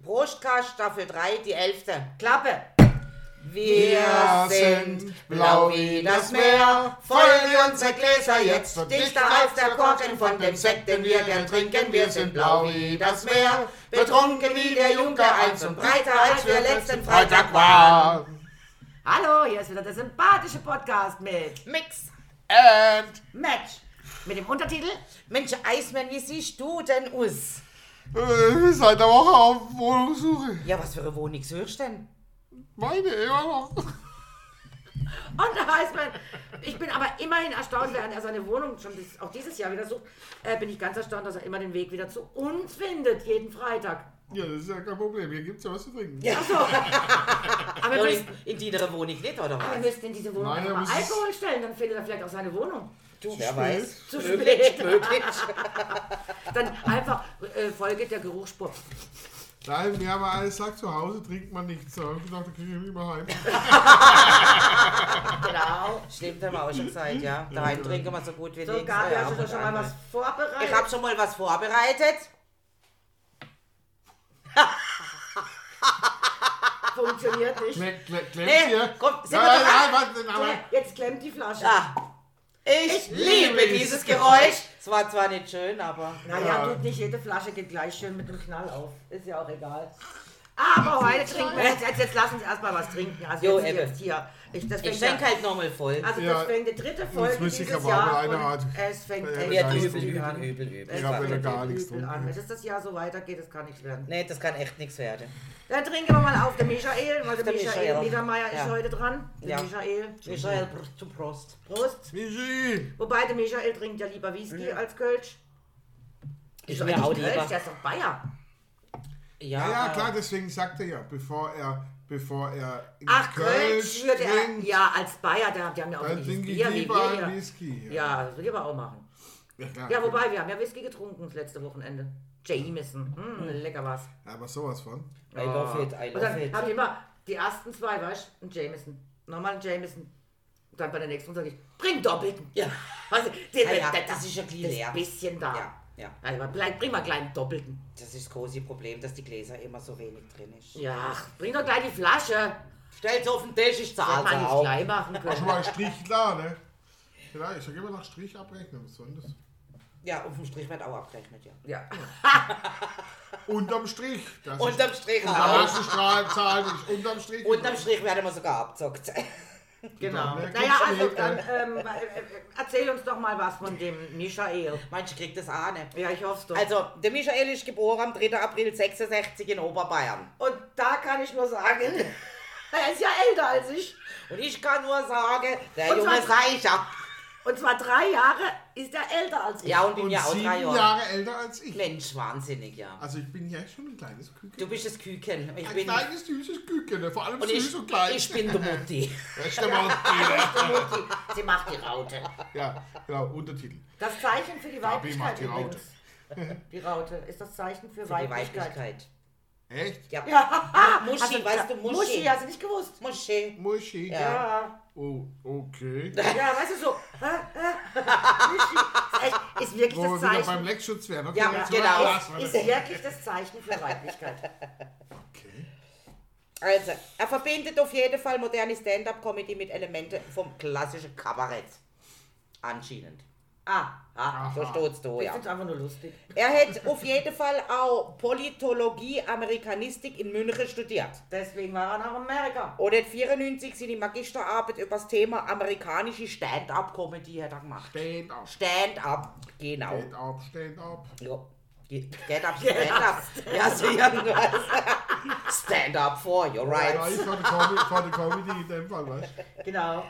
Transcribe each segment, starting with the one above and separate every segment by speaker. Speaker 1: Brostkast Staffel 3, die 11. Klappe!
Speaker 2: Wir sind blau wie das Meer, feuern wir unsere Gläser jetzt und dichter als der Korken von dem Sekt, den wir gern trinken. Wir sind blau wie das Meer, betrunken wie der Junker eins und breiter als wir letzten Freitag waren.
Speaker 3: Hallo, hier ist wieder der sympathische Podcast mit
Speaker 1: Mix,
Speaker 2: And
Speaker 1: Match!
Speaker 3: mit dem Untertitel
Speaker 1: Mensch, Eismann, wie siehst du denn aus?
Speaker 2: äh, seit der Woche auf Wohnungssuche.
Speaker 1: Ja, was für eine Wohnung suchst du denn?
Speaker 2: Meine immer noch.
Speaker 3: und der Heißmann. Ich bin aber immerhin erstaunt, während er seine Wohnung schon dies, auch dieses Jahr wieder sucht, äh, bin ich ganz erstaunt, dass er immer den Weg wieder zu uns findet, jeden Freitag.
Speaker 2: Ja, das ist ja kein Problem. Hier gibt's ja was zu trinken.
Speaker 3: Achso. aber wir
Speaker 1: Oder Äh,
Speaker 3: müssen,
Speaker 1: in, in die andere Wohnung nicht, oder
Speaker 3: wir
Speaker 1: was?
Speaker 3: müssen in diese Wohnung
Speaker 2: Nein,
Speaker 3: einfach
Speaker 2: er
Speaker 3: mal
Speaker 2: muss es-
Speaker 3: Alkohol stellen, dann findet er vielleicht auch seine Wohnung.
Speaker 1: Du, wer weiß.
Speaker 3: Zu
Speaker 1: Möglich,
Speaker 3: spät.
Speaker 1: möglich.
Speaker 3: Dann einfach äh, Folge der Geruchsspur.
Speaker 2: Nein, mir aber alles sagt, zu Hause trinkt man nichts. Da habe ich gedacht, da kriege ich mich mal heim.
Speaker 1: Genau. Stimmt, haben wir auch schon gesagt, ja. Daheim trinken wir so gut wie
Speaker 3: So,
Speaker 1: nichts.
Speaker 3: Gabi,
Speaker 1: ja,
Speaker 3: hast du da schon mal was vorbereitet?
Speaker 1: Ich habe schon mal was vorbereitet.
Speaker 3: Funktioniert nicht.
Speaker 2: Kleck, kleck, kleck
Speaker 1: Nee,
Speaker 2: hier.
Speaker 1: komm, sind wir
Speaker 2: nein,
Speaker 1: doch-
Speaker 2: nein, warte, aber
Speaker 3: Ja, Jetzt klemmt die Flasche.
Speaker 1: Ah, ich,
Speaker 3: Ich
Speaker 1: liebe
Speaker 2: liebe
Speaker 1: dieses
Speaker 2: es.
Speaker 1: Geräusch. Es war zwar nicht schön, aber.
Speaker 3: Naja,
Speaker 2: Ja.
Speaker 3: gut, nicht jede Flasche geht gleich schön mit dem Knall auf. Ist ja auch egal. Aber heute trinken wir jetzt, jetzt, jetzt lassen uns erstmal was trinken. Also
Speaker 1: Jo,
Speaker 3: jetzt, sind
Speaker 1: Ebbe.
Speaker 3: jetzt hier. Ich, das
Speaker 1: Ich
Speaker 3: fängt
Speaker 1: schenke
Speaker 3: ja,
Speaker 1: halt nochmal voll.
Speaker 3: also
Speaker 2: Ja,
Speaker 3: das fängt die dritte Folge
Speaker 2: jetzt muss ich
Speaker 3: dieses
Speaker 2: aber auch
Speaker 3: Jahr
Speaker 2: eine
Speaker 3: und
Speaker 2: Art-
Speaker 3: es fängt
Speaker 2: Ja,
Speaker 3: echt
Speaker 1: Wird
Speaker 2: Geist
Speaker 1: übel,
Speaker 2: und
Speaker 1: übel,
Speaker 3: an.
Speaker 1: übel, übel.
Speaker 3: Es
Speaker 2: hab
Speaker 3: fängt
Speaker 2: wieder gar
Speaker 3: echt
Speaker 2: nichts
Speaker 3: übel
Speaker 2: drin.
Speaker 3: an. Wenn das das Jahr so weitergeht, das kann nichts werden.
Speaker 1: Nee, das kann echt nichts werden.
Speaker 3: Dann trinken wir mal auf den Michael, weil der,
Speaker 1: Der
Speaker 3: Michael,
Speaker 1: Michael.
Speaker 3: Niedermeier ist
Speaker 1: Ja.
Speaker 3: heute dran. Der
Speaker 1: Ja.
Speaker 3: Michael.
Speaker 1: Michael, Prost, zum Prost.
Speaker 3: Prost.
Speaker 2: Michi!
Speaker 3: Wobei der Michael trinkt ja lieber Whisky
Speaker 1: Mhm.
Speaker 3: als Kölsch.
Speaker 1: Ist
Speaker 3: Wieso
Speaker 1: mir
Speaker 3: eigentlich
Speaker 1: auch
Speaker 3: Kölsch,
Speaker 1: lieber.
Speaker 3: der ist doch Bayer.
Speaker 1: Ja,
Speaker 2: Ja, ja,
Speaker 1: äh,
Speaker 2: klar, deswegen sagt er ja, bevor er, bevor er
Speaker 3: Ach, Kölsch würde er.
Speaker 2: trinkt,
Speaker 3: Ja, als Bayer, da haben die haben ja auch
Speaker 2: dann
Speaker 3: nicht
Speaker 2: trinke ich
Speaker 3: Bier wie
Speaker 2: lieber
Speaker 3: wir
Speaker 2: einen
Speaker 3: hier.
Speaker 2: Whisky.
Speaker 3: Ja, das will ich aber auch machen.
Speaker 2: Ja, klar.
Speaker 3: Ja, wobei, wir haben ja Whisky getrunken das letzte Wochenende. Jameson. Hm, lecker war's.
Speaker 2: Aber sowas von.
Speaker 1: I love it, I
Speaker 3: Und dann
Speaker 1: love it.
Speaker 3: habe ich immer die ersten zwei, weißt du, ein Jameson. Nochmal ein Jameson. Und dann bei der nächsten sage ich, bring doppelten.
Speaker 1: Ja.
Speaker 3: Also,
Speaker 1: Ah ja, das ist ja gleich leer.
Speaker 3: ein bisschen da.
Speaker 1: Ja, ja.
Speaker 3: Also, bleib, bring mal gleich einen doppelten.
Speaker 1: Das ist das große Problem, dass die Gläser immer so wenig drin ist.
Speaker 3: Ja, ach, bring doch gleich die Flasche.
Speaker 1: Stell's auf den Tisch, ich
Speaker 3: Hätte
Speaker 1: zahl's
Speaker 3: man nicht
Speaker 1: Also auch.
Speaker 3: gleich machen
Speaker 2: Schon
Speaker 3: können.
Speaker 2: mal Strich klar, ne? Genau, ich sage immer nach Strich abrechnen, was soll denn das?
Speaker 1: Ja, auf dem Strich wird auch abgerechnet, ja.
Speaker 3: Ja.
Speaker 2: Unterm Strich. Das ist
Speaker 1: Unterm Strich auch.
Speaker 2: Strahlenzahlen nicht unterm Strich.
Speaker 1: Unterm Strich werden wir sogar abzockt.
Speaker 3: Genau.
Speaker 2: Dann
Speaker 3: Naja,
Speaker 2: gibt's
Speaker 3: also
Speaker 2: nicht,
Speaker 3: dann
Speaker 2: ne?
Speaker 3: ähm, äh, äh, erzähl uns doch mal was von dem Michael.
Speaker 1: Manche kriegt das auch nicht.
Speaker 3: Ja, ich hoffe doch.
Speaker 1: Also, der Michael ist geboren am 3. April 66 in Oberbayern.
Speaker 3: und da kann ich nur sagen, er ist ja älter als ich.
Speaker 1: Und ich kann nur sagen, der
Speaker 3: Und
Speaker 1: Junge ist
Speaker 3: was-
Speaker 1: reicher.
Speaker 3: Und zwar drei Jahre ist er älter als ich.
Speaker 1: Ja, und bin
Speaker 2: Und
Speaker 1: ja auch
Speaker 2: sieben
Speaker 1: drei Jahre.
Speaker 2: Jahre älter als ich.
Speaker 1: Mensch, wahnsinnig, ja.
Speaker 2: Also ich bin ja schon ein kleines Küken.
Speaker 1: Du bist das Küken. Ich
Speaker 2: ein
Speaker 1: bin, und
Speaker 2: kleines, süßes Küken. Ne? Vor allem süß
Speaker 1: ich,
Speaker 2: und klein.
Speaker 1: ich bin der Mutti.
Speaker 2: Weißt du mal?
Speaker 3: Sie macht die Raute.
Speaker 2: ne? ja, genau, Untertitel.
Speaker 3: Das Zeichen für die
Speaker 2: Gabi
Speaker 3: Weiblichkeit
Speaker 2: macht die Raute.
Speaker 3: übrigens. Die Raute ist das Zeichen für,
Speaker 1: Die
Speaker 3: Weiblichkeit.
Speaker 1: Weiblichkeit.
Speaker 2: Echt?
Speaker 1: Ja.
Speaker 3: Ja.
Speaker 1: Muschi,
Speaker 3: Hast
Speaker 1: weißt du, Muschi?
Speaker 3: Muschi, hast du nicht gewusst?
Speaker 1: Muschi.
Speaker 2: Muschi.
Speaker 1: Ja.
Speaker 3: Ja.
Speaker 2: Oh, okay.
Speaker 3: Ja, weißt du so. hä, hä, Muschi. Ist echt- Ist wirklich
Speaker 2: Wo
Speaker 3: das
Speaker 2: wir wieder beim
Speaker 3: Zeichen.
Speaker 2: Leckschutz wären.
Speaker 4: ne?
Speaker 2: Okay,
Speaker 1: Ja,
Speaker 2: jetzt
Speaker 1: genau.
Speaker 2: mal Glas, warte.
Speaker 3: Ist wirklich das Zeichen für Weiblichkeit.
Speaker 2: Okay.
Speaker 1: Also, er verbindet auf jeden Fall moderne Stand-up-Comedy mit Elementen vom klassischen Kabarett. Anscheinend.
Speaker 3: Ah,
Speaker 1: Ah, so
Speaker 2: Aha.
Speaker 1: steht's da,
Speaker 3: ich
Speaker 1: ja.
Speaker 3: find's einfach nur lustig.
Speaker 1: Er hat auf jeden Fall auch Politologie, Amerikanistik in München studiert.
Speaker 3: Deswegen war er nach Amerika.
Speaker 1: Und 1994 seine Magisterarbeit über das Thema amerikanische Stand-up-Comedy hat er gemacht.
Speaker 2: Stand
Speaker 1: Stand-up,
Speaker 2: up.
Speaker 1: genau.
Speaker 2: Stand up, stand up.
Speaker 1: Ja. Ge- Get up, stand up. Ja, so irgendwas. Stand up for your
Speaker 2: Ja,
Speaker 1: rights.
Speaker 2: ich vor der Comedy, vor der Comedy in dem Fall, weißt du?
Speaker 3: Genau.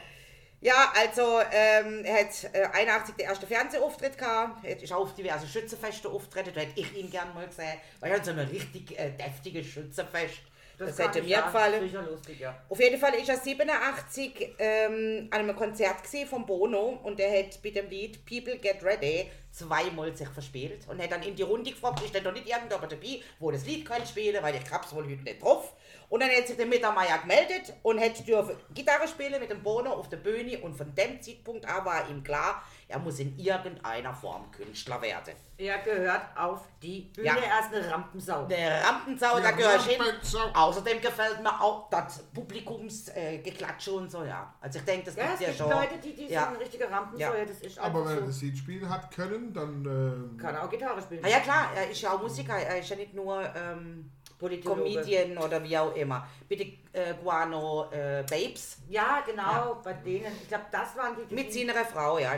Speaker 1: Ja, also ähm, er hat äh, 81 den ersten Fernsehauftritt gehabt, hat- ist auch auf diverse Schützenfeste auftreten, da hätte ich ihn gern mal gesehen. Weil er hat so ein richtig äh, deftiges Schützenfest. Das,
Speaker 3: kann
Speaker 1: hätte
Speaker 3: ich
Speaker 1: mir
Speaker 3: sagen.
Speaker 1: gefallen.
Speaker 3: Sicher lustig, ja.
Speaker 1: Auf jeden Fall ist er 87 ähm, an einem Konzert gesehen von Bono und er hat mit dem Lied People Get Ready zweimal sich verspielt und hat dann in die Runde gefragt, ist denn doch nicht irgendjemand dabei, wo das Lied kann spielen, weil ich hab's wohl heute nicht drauf. Und dann hat sich der Mittermeier gemeldet und hat dürfen Gitarre spielen mit dem Bono auf der Bühne und von dem Zeitpunkt an war ihm klar, er muss in irgendeiner Form Künstler werden.
Speaker 3: Er gehört auf die Bühne,
Speaker 1: Ja.
Speaker 3: er ist eine Rampensau.
Speaker 1: Der Rampensau, da
Speaker 4: Ja,
Speaker 1: gehörst hin.
Speaker 4: Rampensau.
Speaker 1: Außerdem gefällt mir auch das Publikumsgeklatsche äh, Geklatsche und so, ja. Also ich denke, das
Speaker 3: Ja, es
Speaker 1: gibt ja
Speaker 3: gibt
Speaker 1: schon.
Speaker 3: Leute, die, die
Speaker 1: ja.
Speaker 3: sind richtige Rampensäuer,
Speaker 1: Ja.
Speaker 3: das ist
Speaker 4: Aber
Speaker 3: einfach
Speaker 4: wenn er
Speaker 3: so.
Speaker 4: das Lied spielen hat können, dann. ähm,
Speaker 3: Kann auch Gitarre spielen.
Speaker 1: Ah ja klar, er ist ja auch Musiker, er ist ja nicht nur ähm,
Speaker 3: Politologe.
Speaker 1: Comedian oder wie auch immer. Bitte äh, Guano äh, Babes
Speaker 3: Ja, genau, bei denen. Ich glaube, das waren die. die-
Speaker 1: mit seiner Frau, ja.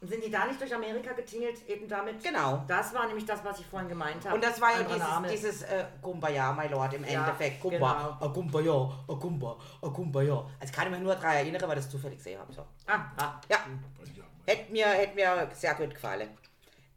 Speaker 3: Sind die da nicht durch Amerika getingelt, eben damit?
Speaker 1: Genau.
Speaker 3: Das war nämlich das, was ich vorhin gemeint habe.
Speaker 1: Und das war ja
Speaker 3: Andere Name.
Speaker 1: dieses, dieses äh, Kumbaya, my lord, im
Speaker 3: Ja, genau.
Speaker 1: Endeffekt. Kumba, a Kumbaya, a Kumba, a Kumbaya. Also kann ich mich nur daran erinnern, weil ich das zufällig gesehen habe. So.
Speaker 3: Ah, ah.
Speaker 1: Ja,
Speaker 4: ja.
Speaker 1: hätte mir, hätt mir sehr gut gefallen.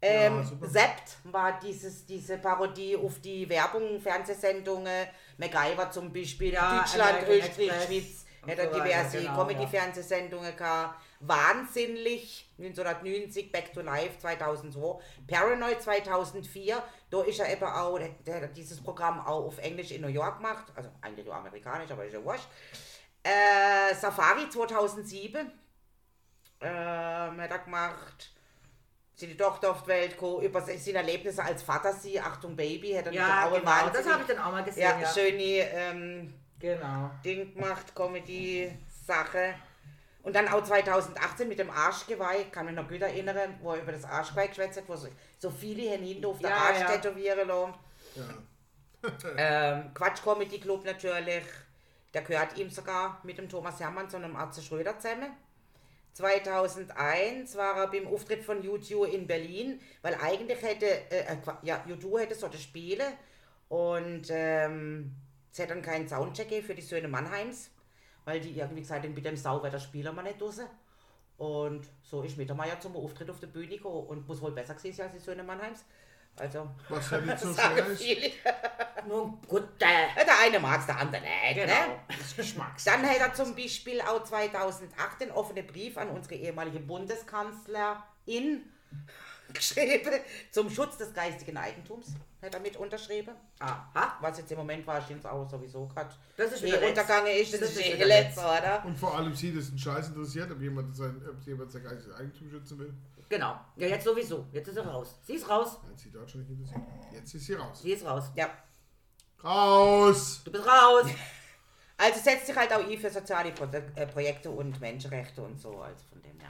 Speaker 1: Ähm,
Speaker 4: Ja, super.
Speaker 1: Sept war dieses, diese Parodie auf die Werbung, Fernsehsendungen, MacGyver zum Beispiel,
Speaker 3: Ja,
Speaker 1: Deutschland,
Speaker 3: American
Speaker 1: Österreich,
Speaker 3: Express
Speaker 1: Schweiz,
Speaker 3: und
Speaker 1: hätte er
Speaker 3: so weiter,
Speaker 1: diverse
Speaker 3: genau,
Speaker 1: Comedy-Fernsehsendungen gehabt. Wahnsinnig 1990, Back to Life 2002, Paranoid 2004, da ist er eben auch, der hat dieses Programm auch auf Englisch in New York gemacht, also eigentlich nur amerikanisch, aber ist ja wurscht. Äh, Safari 2007, ähm, hat er gemacht. Seine Tochter auf die Welt, gekommen, über se- seine Erlebnisse als Vater, sie, Achtung Baby, hat er
Speaker 3: Ja,
Speaker 1: eine
Speaker 3: genau, das
Speaker 1: wahnsinnig-
Speaker 3: habe ich dann auch mal gesehen.
Speaker 1: ja,
Speaker 3: Ja,
Speaker 1: schöne ähm,
Speaker 3: Genau.
Speaker 1: Ding gemacht, Comedy-Sache. Und dann auch 2018 mit dem Arschgeweih, kann mich noch gut erinnern, wo er über das Arschgeweih geschwätzt hat, wo so- so viele hinten auf der
Speaker 3: Ja,
Speaker 1: Arsch
Speaker 3: ja.
Speaker 1: tätowieren lassen.
Speaker 4: ja.
Speaker 1: Ähm, Quatsch Comedy Club natürlich. Der gehört ihm sogar mit dem Thomas Hermann und dem Arze Schröder zusammen. 2001 war er beim Auftritt von U2 in Berlin, weil eigentlich hätte, äh, äh, Qua- ja, U2 hätte sollte spielen und ähm, es hätte dann keinen Soundcheck gegeben für die Söhne Mannheims, weil die irgendwie gesagt haben, mit dem Sauwetter spielen wir nicht draussen. Und so ist Mittermeier zum Auftritt auf der Bühne gekommen und muss wohl besser gewesen sein als die Söhne Mannheims. Also,
Speaker 4: Was ja nicht so schwer
Speaker 1: sagen
Speaker 4: ist.
Speaker 1: viele.
Speaker 3: Nun gut, äh,
Speaker 1: Ja, Der eine mag's, der andere nicht. Ne?
Speaker 3: Genau.
Speaker 4: Das Geschmacks.
Speaker 1: Dann hat er zum Beispiel auch 2008 den offenen Brief an unsere ehemalige Bundeskanzlerin geschrieben, zum Schutz des geistigen Eigentums, hat er mit unterschrieben.
Speaker 3: aha.
Speaker 1: Was jetzt im Moment wahrscheinlich auch sowieso gerade
Speaker 3: Das ist
Speaker 1: eh
Speaker 3: wieder letzt.
Speaker 1: untergegangen ist, das,
Speaker 3: Das
Speaker 1: ist
Speaker 3: ist
Speaker 1: eh
Speaker 3: wieder
Speaker 1: letzt, oder?
Speaker 4: Und vor allem sie, das ist ein Scheiß interessiert, ob jemand sein, ob jemand sein geistiges Eigentum schützen will.
Speaker 3: Genau. Ja, jetzt sowieso. Jetzt ist er raus. Sie ist raus.
Speaker 4: Nein, sie dort schon nicht interessiert. Jetzt ist sie raus.
Speaker 3: Sie ist raus.
Speaker 1: Ja.
Speaker 4: Raus!
Speaker 3: Du bist raus.
Speaker 1: Also setzt sich halt auch ein für soziale Pro äh, Projekte und Menschenrechte und so, also von dem her.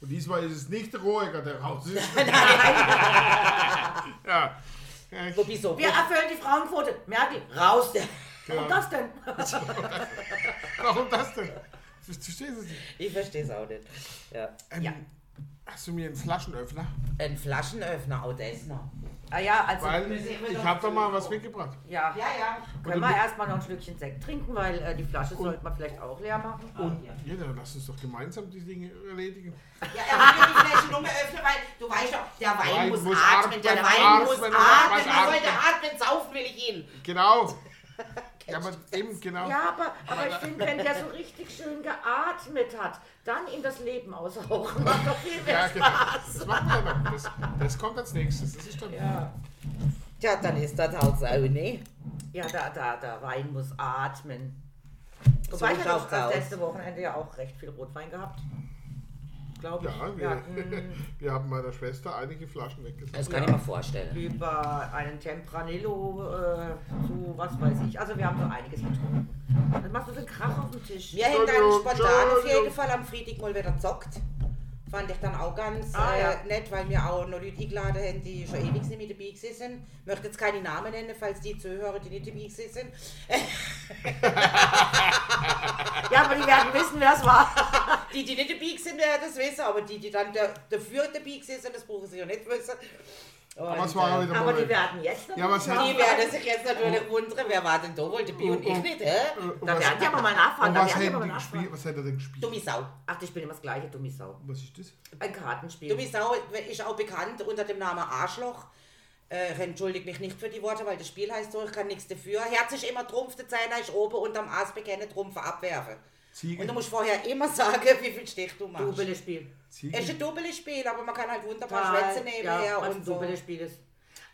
Speaker 4: Und diesmal ist es nicht der Rohegger, der raus ist. ja. Ja,
Speaker 1: Wobei so,
Speaker 3: Wir erfüllen die Frauenquote. Merkel, raus. Warum das denn?
Speaker 4: Warum das denn? Verstehst du es nicht?
Speaker 1: ich verstehe es auch nicht. Ja.
Speaker 4: Ähm,
Speaker 3: Ja. Also,
Speaker 4: Hast du mir einen Flaschenöffner?
Speaker 1: Ein Flaschenöffner, auch das noch.
Speaker 3: ah ja, also.
Speaker 4: Weil
Speaker 1: sehen wir
Speaker 4: ich
Speaker 1: doch
Speaker 4: habe da
Speaker 1: zu.
Speaker 4: mal was mitgebracht.
Speaker 3: ja.
Speaker 1: Ja, ja.
Speaker 3: Können wir erstmal noch ein Schlückchen Sekt trinken, weil äh, die Flasche sollte man vielleicht auch leer machen.
Speaker 1: Oh.
Speaker 4: Und ja, dann lass uns doch gemeinsam die Dinge erledigen.
Speaker 1: Ja, er will mir die Flasche nur mehr öffnen, weil du weißt doch, der Wein,
Speaker 4: Wein
Speaker 1: muss,
Speaker 4: muss
Speaker 1: atmen,
Speaker 4: atmen,
Speaker 1: der Wein
Speaker 4: atmen,
Speaker 1: muss atmen.
Speaker 4: atmen,
Speaker 1: Man
Speaker 4: atmen.
Speaker 1: sollte atmen, saufen will ich ihn.
Speaker 4: Genau. Ja, aber eben genau.
Speaker 3: Ja, aber, aber ich finde, wenn der so richtig schön geatmet hat, dann ihm das Leben aushauchen. Macht doch viel
Speaker 4: Ja,
Speaker 3: mehr
Speaker 4: genau.
Speaker 3: Spaß.
Speaker 4: Das machen wir noch. Das, das kommt als nächstes. Das ist dann.
Speaker 3: Ja,
Speaker 1: Tja, dann ist das halt so, ne?
Speaker 3: ja da, da, da, Wein muss atmen.
Speaker 1: So
Speaker 3: Wobei ich habe
Speaker 1: schaut's
Speaker 3: das
Speaker 1: aus.
Speaker 3: letzte Wochenende ja auch recht viel Rotwein gehabt. Glaube ich.
Speaker 4: Ja, wir,
Speaker 3: Wir hatten
Speaker 4: wir haben meiner Schwester einige Flaschen weggesetzt.
Speaker 1: Das kann ich mir vorstellen.
Speaker 3: über einen Tempranillo äh, zu was weiß ich. Also wir haben so einiges getrunken. Dann machst du so einen Krach auf dem Tisch.
Speaker 1: Wir haben dann
Speaker 4: Entschuldigung,
Speaker 1: spontan auf jeden
Speaker 4: Entschuldigung.
Speaker 1: Fall am Freitag mal wieder gezockt. Fand ich dann auch ganz
Speaker 3: Ah,
Speaker 1: äh,
Speaker 3: ja.
Speaker 1: nett, weil wir auch noch Leute eingeladen haben, die schon ewig nicht mit dabei gewesen sind. Ich möchte jetzt keine Namen nennen, falls die zuhören, die nicht dabei gewesen sind.
Speaker 3: Ja, aber die werden wissen, wer es war.
Speaker 1: Die, die nicht dabei sind, werden das wissen, aber die, die dann da- dafür dabei gewesen sind, das brauchen sie ja nicht wissen.
Speaker 4: Aber es
Speaker 1: Und,
Speaker 4: war
Speaker 1: äh,
Speaker 4: auch wieder
Speaker 3: Aber
Speaker 4: mal.
Speaker 3: die werden jetzt
Speaker 4: Ja, was
Speaker 3: natürlich
Speaker 1: Die werden sich jetzt natürlich wundern, wer war denn da wohl dabei und ich
Speaker 3: Mhm.
Speaker 1: nicht, hä?
Speaker 4: Und
Speaker 3: Da
Speaker 4: Äh, was,
Speaker 3: werden die aber mal
Speaker 4: und
Speaker 3: nachfragen. Da
Speaker 4: was,
Speaker 3: werden die aber
Speaker 4: hätten
Speaker 3: mal
Speaker 4: die
Speaker 3: nachfragen.
Speaker 4: gespielt, was hätte er denn gespielt?
Speaker 1: Dumme Sau.
Speaker 3: Ach, die spielen immer das gleiche, dumme Sau.
Speaker 4: Was ist das?
Speaker 3: Ein Kartenspiel.
Speaker 1: Dumme Sau ist auch bekannt unter dem Namen Arschloch. Äh, ich entschuldige mich nicht für die Worte, weil das Spiel heißt so, ich kann nichts dafür. Herz ist immer Trumpf, der Zehner ist oben und am Ass bekenne Trumpfe abwerfen. Und du
Speaker 2: Ziege,
Speaker 1: musst vorher immer sagen, wie viel Stich du machst.
Speaker 3: Double spielen.
Speaker 1: Es ist
Speaker 2: Ziege.
Speaker 1: ein doppeltes Spiel, aber man kann halt wunderbar schwätzen nebenher
Speaker 3: ja, also
Speaker 1: und so.
Speaker 3: Double Spiel ist.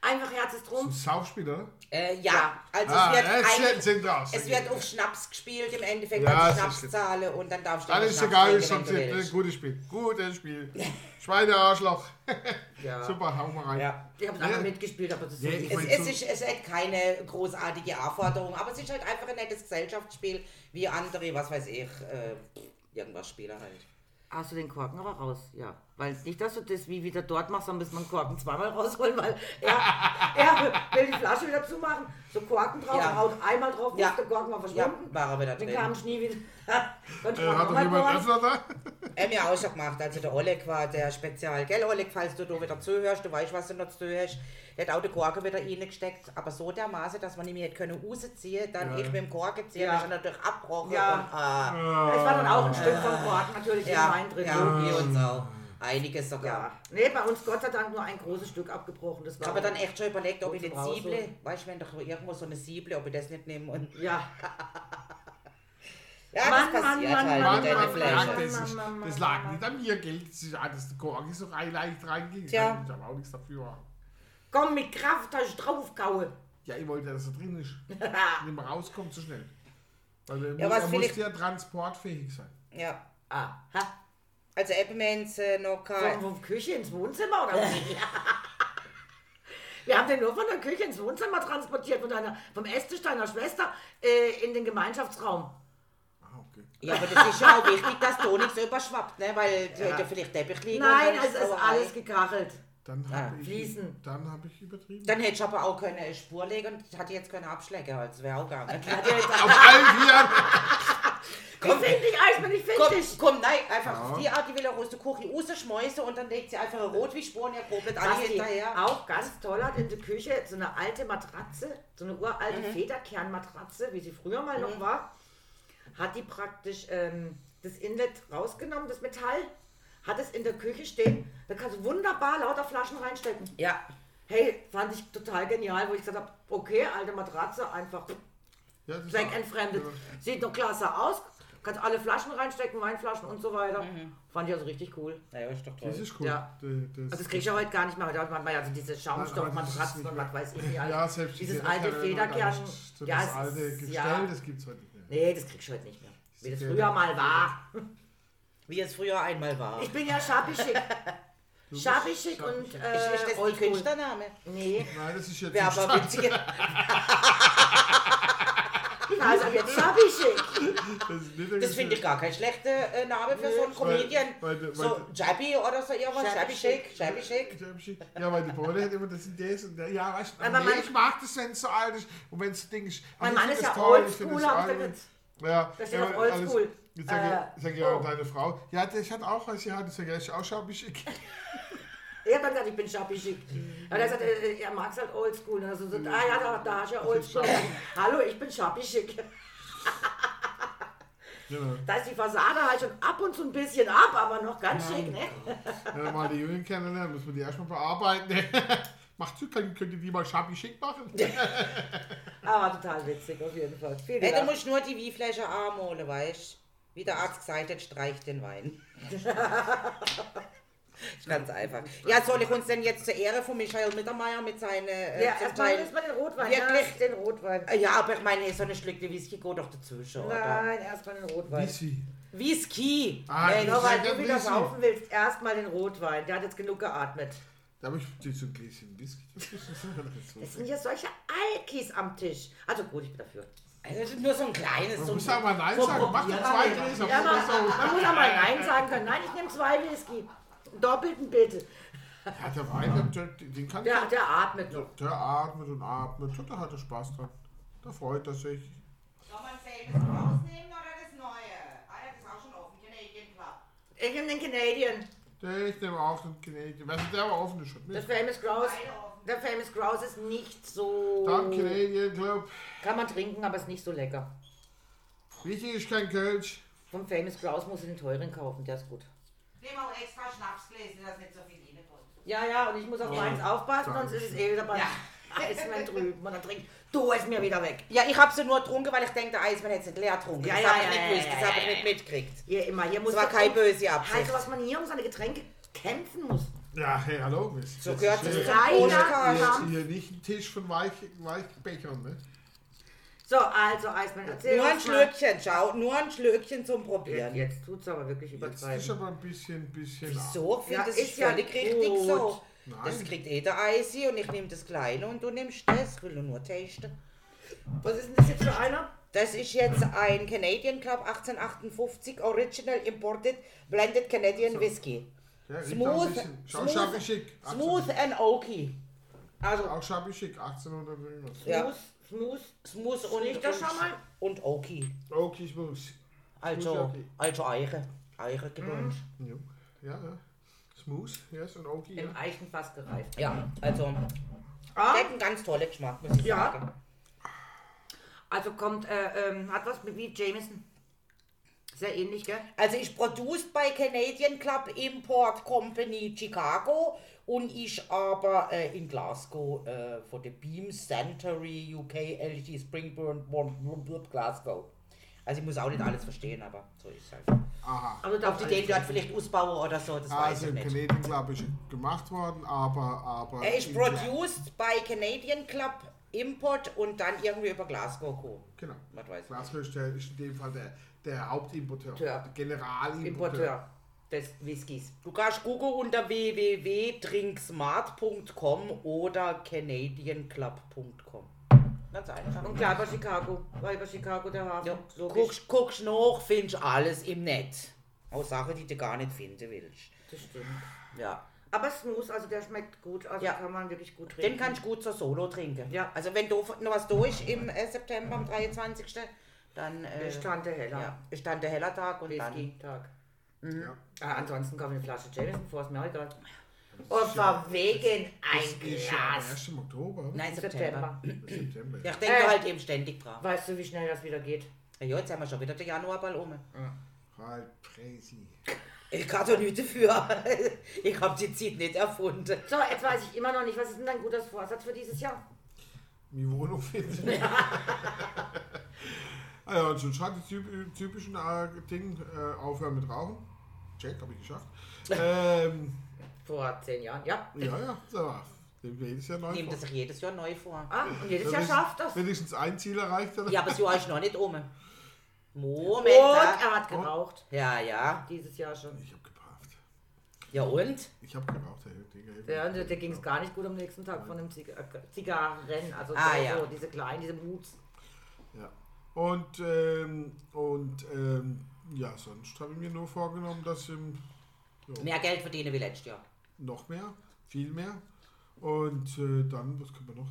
Speaker 3: Einfach Herzes
Speaker 2: Ein
Speaker 3: drum.
Speaker 2: Saufspiel, oder?
Speaker 1: Äh, ja.
Speaker 3: Ja.
Speaker 1: also
Speaker 2: Ah,
Speaker 1: es wird,
Speaker 2: ja, es
Speaker 1: eigentlich-
Speaker 2: sind raus.
Speaker 1: es wird um- auf Schnaps gespielt im Endeffekt,
Speaker 2: Ja,
Speaker 1: also
Speaker 2: es ist-
Speaker 1: Schnapszahle und dann darfst du
Speaker 2: Dann
Speaker 1: immer
Speaker 2: ist
Speaker 1: Schnaps
Speaker 2: egal,
Speaker 1: trinken,
Speaker 2: ist
Speaker 1: wenn
Speaker 2: schon
Speaker 1: du willst.
Speaker 2: ein gutes Spiel. Gutes Spiel. Schweinearschloch.
Speaker 1: Ja.
Speaker 2: Super, hau mal rein.
Speaker 1: Ja.
Speaker 3: Ich habe es einfach
Speaker 2: Ja.
Speaker 3: mitgespielt, aber das ist
Speaker 2: Ja,
Speaker 3: nicht-
Speaker 2: ich
Speaker 1: Es,
Speaker 2: mein,
Speaker 1: es,
Speaker 2: so-
Speaker 1: ist, es hat keine großartige Anforderung, aber es ist halt einfach ein nettes Gesellschaftsspiel, wie andere, was weiß ich, äh, irgendwas Spieler halt.
Speaker 3: Hast du den Korken aber raus? Ja. Weil es nicht, dass du das wie wieder dort machst, dann müssen wir den Korken zweimal rausholen, weil er, er will die Flasche wieder zumachen. So Korken drauf,
Speaker 1: Ja.
Speaker 3: haut einmal drauf,
Speaker 1: Ja.
Speaker 3: ist der Korken war
Speaker 1: Ja,
Speaker 3: verschwunden.
Speaker 1: war er wieder
Speaker 3: Dann
Speaker 1: drin.
Speaker 3: kam Schnee wieder. Konnte
Speaker 2: Äh,
Speaker 3: man
Speaker 2: hat
Speaker 3: noch
Speaker 2: doch
Speaker 3: mal
Speaker 2: jemand einen
Speaker 3: bohren.
Speaker 2: Öffner da?
Speaker 1: Er hat mir auch schon gemacht, also der Oleg war der Spezial. Gell, Oleg, falls du da wieder zuhörst, du weißt, was du noch zuhörst. Der hat auch den Korken wieder reingesteckt, aber so dermaßen, dass man ihn nicht können rausziehen, dann
Speaker 2: Ja.
Speaker 1: ich mit dem Korken ziehen,
Speaker 3: Ja.
Speaker 1: ja. dann natürlich abbrochen
Speaker 3: Ja.
Speaker 1: und
Speaker 3: Es war dann auch ein Stück vom Korken, natürlich
Speaker 1: äh,
Speaker 3: ja.
Speaker 1: ja,
Speaker 3: Wein drin.
Speaker 1: ja,
Speaker 3: Ja.
Speaker 1: wie und so. Einiges sogar.
Speaker 3: Nee, bei uns Gott sei Dank nur ein großes Stück abgebrochen. Das
Speaker 1: Ich
Speaker 3: war
Speaker 1: habe mir dann echt schon überlegt, ob
Speaker 3: Und
Speaker 1: ich den
Speaker 3: zum Raus-
Speaker 1: Sieble, weißt du, wenn doch irgendwo so eine Sieble, ob ich das nicht nehme und.
Speaker 3: Ja.
Speaker 1: Ja,
Speaker 3: Mann,
Speaker 1: das passiert
Speaker 3: Mann,
Speaker 2: Äh,
Speaker 1: halt
Speaker 3: Mann,
Speaker 1: mit deiner
Speaker 3: Mann,
Speaker 1: Flasche.
Speaker 3: Mann.
Speaker 2: das, ist, das lag nicht an mir, gell? Das, ist, ah, das der Kork ist doch rein leicht reingegangen.
Speaker 1: Tja.
Speaker 2: Ich habe auch nichts dafür.
Speaker 3: Komm mit Kraft, dass ich draufkaue.
Speaker 2: Ja, ich wollte, dass er drin ist. Wenn man rauskommt, so schnell. Weil er
Speaker 1: Ja,
Speaker 2: muss,
Speaker 1: was
Speaker 2: er
Speaker 1: vielleicht-
Speaker 2: muss ja transportfähig sein.
Speaker 1: Ja.
Speaker 3: ah, ha.
Speaker 1: Also Applemans äh, noch kein.
Speaker 3: Von, von Küche ins Wohnzimmer oder was? Wir haben den nur von der Küche ins Wohnzimmer transportiert, von deiner, vom Esstisch deiner Schwester äh, in den Gemeinschaftsraum.
Speaker 2: Ah, okay.
Speaker 1: Ja, aber das ist ja auch wichtig, dass da nichts überschwappt, ne? Weil ja. hätte ja vielleicht Teppich liegen. und
Speaker 3: Nein, also
Speaker 1: dann
Speaker 3: es ist
Speaker 1: Sauerei.
Speaker 3: alles gekachelt.
Speaker 2: Dann
Speaker 1: Ah,
Speaker 2: habe ich,
Speaker 3: fließen.
Speaker 2: dann hab ich übertrieben.
Speaker 1: Dann hätte ich aber auch keine Spur legen und hatte jetzt keine Abschläge, also wäre auch gar nicht.
Speaker 2: Auf allen Vieren!
Speaker 3: Ich find dich, Eismann, ich find
Speaker 1: Komm,
Speaker 3: dich.
Speaker 1: komm, nein, einfach
Speaker 2: Ja.
Speaker 1: auf die Art, die will er aus der Küche rausschmeißen und dann legt sie einfach rot wie Spuren, er kommt alle
Speaker 3: Was die
Speaker 1: hinterher.
Speaker 3: auch ganz toll hat in der Küche, so eine alte Matratze, so eine uralte
Speaker 1: Mhm.
Speaker 3: Federkernmatratze, wie sie früher mal noch war, hat die praktisch ähm, das Inlet rausgenommen, das Metall, hat es in der Küche stehen. Da kannst du wunderbar lauter Flaschen reinstecken.
Speaker 1: Ja,
Speaker 3: Hey, fand ich total genial, wo ich gesagt habe, okay, alte Matratze, einfach
Speaker 2: Ja, das
Speaker 3: weg
Speaker 2: war-
Speaker 3: entfremdet.
Speaker 2: Ja.
Speaker 3: Sieht noch klasse aus, kannst alle Flaschen reinstecken, Weinflaschen und so weiter.
Speaker 1: Mhm.
Speaker 3: Fand ich also richtig cool.
Speaker 1: naja, ist doch
Speaker 2: Das
Speaker 1: toll.
Speaker 2: ist cool.
Speaker 3: Ja.
Speaker 2: D- Das,
Speaker 3: Also das kriege ich ja heute gar nicht mehr. Heute hat man ja also diese Schaumstoffmatratzen
Speaker 2: Ja,
Speaker 3: und
Speaker 2: aber
Speaker 3: was weiß ich nicht. alles.
Speaker 2: ja, selbst
Speaker 3: dieses
Speaker 2: die
Speaker 3: alte
Speaker 2: Federkerne und
Speaker 3: Federkern.
Speaker 2: alles, so
Speaker 3: Ja,
Speaker 2: Das
Speaker 3: es
Speaker 2: alte
Speaker 3: ist-
Speaker 2: Gestell,
Speaker 3: ja.
Speaker 2: das gibt es heute nicht mehr.
Speaker 3: Nee, das kriegst du heute nicht mehr. Wie das
Speaker 2: Diese
Speaker 3: früher mal war.
Speaker 1: Wie es früher einmal war.
Speaker 3: Ich bin ja schabischig.
Speaker 2: Du
Speaker 3: Schabischig
Speaker 2: bist-
Speaker 3: und äh,
Speaker 1: Ist nicht das
Speaker 3: oldschool.
Speaker 1: die Künstlername?
Speaker 3: Nee,
Speaker 2: Nein, das ist jetzt
Speaker 1: Wäre
Speaker 2: ein
Speaker 1: aber
Speaker 2: Stadt.
Speaker 1: witzig.
Speaker 3: also jetzt schabischig.
Speaker 2: Das, ist nicht ein
Speaker 1: Das finde ich gar kein schlechter äh, Name für so einen
Speaker 2: weil-
Speaker 1: Comedian.
Speaker 2: weil- weil-
Speaker 1: so Jabby oder so irgendwas.
Speaker 3: Jabby
Speaker 1: Jabby Shake, Jabby Shake.
Speaker 2: Geschäft. Ja, weil die Brille hat immer das und das und der- ja, weißt du,
Speaker 3: Aber
Speaker 2: nee,
Speaker 3: man-
Speaker 2: ich mag das, wenn es so alt ist und wenn es Ding ist.
Speaker 3: Mein
Speaker 2: Aber ich
Speaker 3: Mann ist
Speaker 2: find
Speaker 3: ja
Speaker 2: das toll, ich find
Speaker 3: oldschool,
Speaker 2: das
Speaker 3: hab ich
Speaker 2: alt.
Speaker 3: gesagt.
Speaker 2: Ja,
Speaker 3: Da steht
Speaker 2: ja,
Speaker 3: auch
Speaker 2: alles-
Speaker 3: oldschool.
Speaker 2: Jetzt sage
Speaker 3: Äh,
Speaker 2: ich, sag ich ja
Speaker 3: oh.
Speaker 2: deine Frau. Ja, das hat auch, was sie hat. Ich sage, ja, ist auch schabischig.
Speaker 3: Ich hab dann gesagt, ich bin schabischig. Hat er gesagt, äh, er mag es halt oldschool. Und dann so, so, ah ja, da, da hast du ja oldschool. Hallo, ich bin schabischig.
Speaker 2: Genau.
Speaker 3: Da ist die Fassade halt schon ab und zu ein bisschen ab, aber noch ganz schick, ne?
Speaker 2: Wenn wir mal die Jungen kennenlernen, müssen wir die erstmal bearbeiten. Macht zu, könnt könnt ihr die mal schabischig machen?
Speaker 3: Aber total witzig auf jeden Fall. Viel
Speaker 1: Hey, du
Speaker 3: gelacht.
Speaker 1: musst nur die Weinflasche anmalen, weißt du? Wie der Arzt gesagt hat, streich den Wein. ist ganz einfach. Ja, soll ich uns denn jetzt zur Ehre von Michael Mittermeier mit seinen. Äh,
Speaker 3: Ja,
Speaker 1: zum
Speaker 3: erstmal
Speaker 1: Teil-
Speaker 3: erstmal den Rotwein.
Speaker 1: Wirklich?
Speaker 3: Erst den Rotwein.
Speaker 1: Äh, ja, aber ich meine, so eine Schlücke Whisky geht doch dazwischen, oder?
Speaker 3: Nein, erstmal den Rotwein.
Speaker 2: Wissi.
Speaker 1: Whisky!
Speaker 2: Ah,
Speaker 1: Mensch.
Speaker 3: Genau, weil
Speaker 2: Ja,
Speaker 3: du wieder
Speaker 2: Whisky.
Speaker 3: saufen willst, erstmal den Rotwein. Der hat jetzt genug geatmet.
Speaker 2: Da habe ich dir so ein Gläschen Whisky. Das ist immer nicht so.
Speaker 3: Es sind ja solche Alkis am Tisch. Also gut, ich bin dafür.
Speaker 1: Also, das ist nur so ein kleines.
Speaker 2: Man
Speaker 1: so ein-
Speaker 2: muss ja mal Nein sagen. Mach doch zwei Gläser.
Speaker 3: Ja, man, man muss auch mal Nein sagen können. Nein, ich nehme zwei Whisky. Doppelten bitte.
Speaker 2: Ja, der Wein, der, der- den kann
Speaker 3: Der, der atmet noch.
Speaker 2: Der atmet und atmet und da hat er Spaß dran. Da freut er sich.
Speaker 1: Soll man Famous rausnehmen oder das Neue? Ah, ja, das ist auch schon offen. Canadian Club.
Speaker 3: Ich nehme den Canadian.
Speaker 2: Der ich nehme auch den Canadian. Weißt du, der war offen, der schon
Speaker 3: Der
Speaker 2: mit.
Speaker 3: Famous Grouse. Der Famous Grouse ist nicht so.
Speaker 2: Dann Canadian Club.
Speaker 3: Kann man trinken, aber ist nicht so lecker.
Speaker 2: Wichtig ist kein Kölsch.
Speaker 3: Vom Famous Grouse muss ich den teuren kaufen, der ist gut.
Speaker 1: Nehmen auch extra Schnapsgläser, dass nicht so viel reinkommt.
Speaker 3: Ja, ja, und ich muss auf meins aufpassen, sonst ist es eh wieder bei.
Speaker 1: Ja.
Speaker 3: da ist man drüben und dann trinkt, du ist mir wieder weg.
Speaker 1: Ja, ich habe sie nur getrunken, weil ich denke, der Eismann hätte es leer getrunken.
Speaker 3: Ja,
Speaker 1: das
Speaker 3: ja,
Speaker 1: habe ich
Speaker 3: ja,
Speaker 1: nicht
Speaker 3: ja,
Speaker 1: gewusst,
Speaker 3: ja,
Speaker 1: das habe
Speaker 3: ja,
Speaker 1: ich nicht mitgekriegt.
Speaker 3: Hier immer, hier muss
Speaker 1: Das war keine böse Absicht.
Speaker 3: Also, was man hier um seine Getränke kämpfen muss.
Speaker 2: Ja, hey, hallo. Mist.
Speaker 1: So
Speaker 2: Jetzt
Speaker 1: gehört
Speaker 2: ist
Speaker 1: es zum
Speaker 2: hier-
Speaker 3: Reiner
Speaker 1: Podcast.
Speaker 2: Jetzt
Speaker 3: Kampf.
Speaker 2: hier nicht ein Tisch von Weich, Weichbechern, ne?
Speaker 3: So, also Eismann, erzähl
Speaker 1: Nur ein
Speaker 3: uns mal.
Speaker 1: Schlückchen, schau, nur ein Schlückchen zum Probieren.
Speaker 3: Jetzt tut's aber wirklich
Speaker 2: Jetzt ist
Speaker 3: übertreiben.
Speaker 2: aber ein bisschen, bisschen.
Speaker 1: Wieso? Ich finde,
Speaker 3: Ja,
Speaker 1: das
Speaker 3: ist
Speaker 1: ist
Speaker 3: ja
Speaker 1: völlig
Speaker 3: gut.
Speaker 1: richtig so.
Speaker 2: Nein.
Speaker 1: Das kriegt eh der Eisi und ich nehme das Kleine und du nimmst das. Ich will nur testen.
Speaker 3: Was ist denn das jetzt für einer?
Speaker 1: Das ist jetzt ein Canadian Club 1858 Original Imported Blended Canadian Whisky.
Speaker 2: Ja, riecht auch ein
Speaker 1: Smooth,
Speaker 2: bisschen. Schau,
Speaker 1: smooth,
Speaker 2: schabig schick. 18
Speaker 1: smooth and oaky. Also
Speaker 2: Auch schabig schick, 1800 irgendwas.
Speaker 1: Ja.
Speaker 3: Smooth, smooth.
Speaker 1: smooth und,
Speaker 3: Riecht das schon mal?
Speaker 1: und, und oaky.
Speaker 2: Okay, ich muss.
Speaker 1: Also,
Speaker 2: Smooth, oaky.
Speaker 1: also Eiche. Eiche gewünscht.
Speaker 3: Mhm.
Speaker 2: Ja, ja. ja. Smooth, yes, und okay.
Speaker 3: Im
Speaker 2: Ja.
Speaker 3: Eichenfass gereift.
Speaker 1: Ja, also, der
Speaker 3: Ah,
Speaker 1: hat einen ganz tollen Geschmack, muss ich
Speaker 3: Ja.
Speaker 1: sagen.
Speaker 3: also kommt, äh, ähm, hat was mit wie Jameson. Sehr ähnlich, gell?
Speaker 1: Also ich produced bei Canadian Club Import Company Chicago und ich aber äh, in Glasgow äh, von der Beam Century UK LG Springburn Born- Born- Born- Glasgow. Also ich muss auch nicht
Speaker 3: Mhm.
Speaker 1: alles verstehen, aber so ist es halt.
Speaker 2: Aha.
Speaker 3: Also
Speaker 1: Ob die den dort vielleicht ausbauen oder so, das weiß
Speaker 3: Ah,
Speaker 2: Also
Speaker 1: ich
Speaker 2: in
Speaker 1: nicht.
Speaker 2: Canadian Club ist gemacht worden, aber. aber
Speaker 1: Er ist
Speaker 2: in-
Speaker 1: produced bei Canadian Club Import und dann irgendwie über Glasgow gekommen.
Speaker 2: Genau.
Speaker 1: Was weiß ich.
Speaker 2: Glasgow ist der- ist in dem Fall der, der Hauptimporteur.
Speaker 3: Tör.
Speaker 2: Der Generalimporteur.
Speaker 3: Importeur des Whiskys.
Speaker 1: Du kannst gucken unter www.drinksmart.com oder canadianclub.com. Ganz einfach.
Speaker 3: Und klar, bei Chicago. War über Chicago der Hafen.
Speaker 1: Ja,
Speaker 3: Logisch.
Speaker 1: guckst, guckst nach, findest alles im Netz. Auch Sachen, die du gar nicht finden willst.
Speaker 3: Das stimmt.
Speaker 1: Ja.
Speaker 3: Aber Snooze, also der schmeckt gut. Also
Speaker 1: Ja.
Speaker 3: kann man wirklich gut trinken.
Speaker 1: Den kannst du gut zur Solo trinken.
Speaker 3: Ja.
Speaker 1: Also wenn du noch was durch im äh, September am 23. Dann äh,
Speaker 3: Ist Tante Hella.
Speaker 1: ja, ist dann der heller Tag und dann.
Speaker 3: Whisky-Tag.
Speaker 2: Ja.
Speaker 3: Ah, ansonsten kaufe ich eine Flasche Jameson vor, ist mir auch egal. Und von wegen ein
Speaker 2: Ist ja am
Speaker 3: Glas.
Speaker 2: 1. im Oktober.
Speaker 1: Nein,
Speaker 3: Im
Speaker 1: September.
Speaker 3: September.
Speaker 2: September.
Speaker 1: Ja, ich denke
Speaker 3: Äh.
Speaker 1: halt eben ständig dran.
Speaker 3: Weißt du, wie schnell das wieder geht?
Speaker 1: Ja, jetzt haben wir schon wieder den Januar bald um.
Speaker 2: Halt crazy.
Speaker 1: Ich kann doch nichts dafür. ich habe die Zeit nicht erfunden.
Speaker 3: So, jetzt weiß ich immer noch nicht, was ist denn dein guter Vorsatz für dieses Jahr?
Speaker 2: Meine Wohnung finden. also, und schon schreibt die typ- typischen äh, Ding, äh, aufhören mit Rauchen. Check, habe ich geschafft. ähm,
Speaker 3: Vor zehn Jahren, ja.
Speaker 2: ja, ja, so. Nehmen wir jedes Jahr neu.
Speaker 1: Nehmt
Speaker 2: vor.
Speaker 1: das sich jedes Jahr neu vor.
Speaker 3: Ah, und jedes Jahr
Speaker 2: Wenigstens-
Speaker 3: schafft das. Und
Speaker 2: Wenigstens ein Ziel erreicht. Oder?
Speaker 1: Ja, aber das Jahr ist noch nicht um. Moment. da.
Speaker 3: er hat geraucht.
Speaker 1: Ja, ja.
Speaker 3: Dieses Jahr schon.
Speaker 2: Ich habe gebracht.
Speaker 1: Ja und?
Speaker 2: Ich habe gebraucht, Herr Dinger.
Speaker 3: Ja, und der ging es gar nicht gut am nächsten Tag von dem Ziga äh, Zigarren. Also
Speaker 1: Ah,
Speaker 3: so,
Speaker 1: ja.
Speaker 3: so, diese kleinen, diese Moods.
Speaker 2: Ja. Und, ähm, und ähm, ja, sonst habe ich mir nur vorgenommen, dass im,
Speaker 1: Mehr Geld verdienen wie letztes Jahr.
Speaker 2: noch mehr, viel mehr. Und äh, dann, was können wir noch?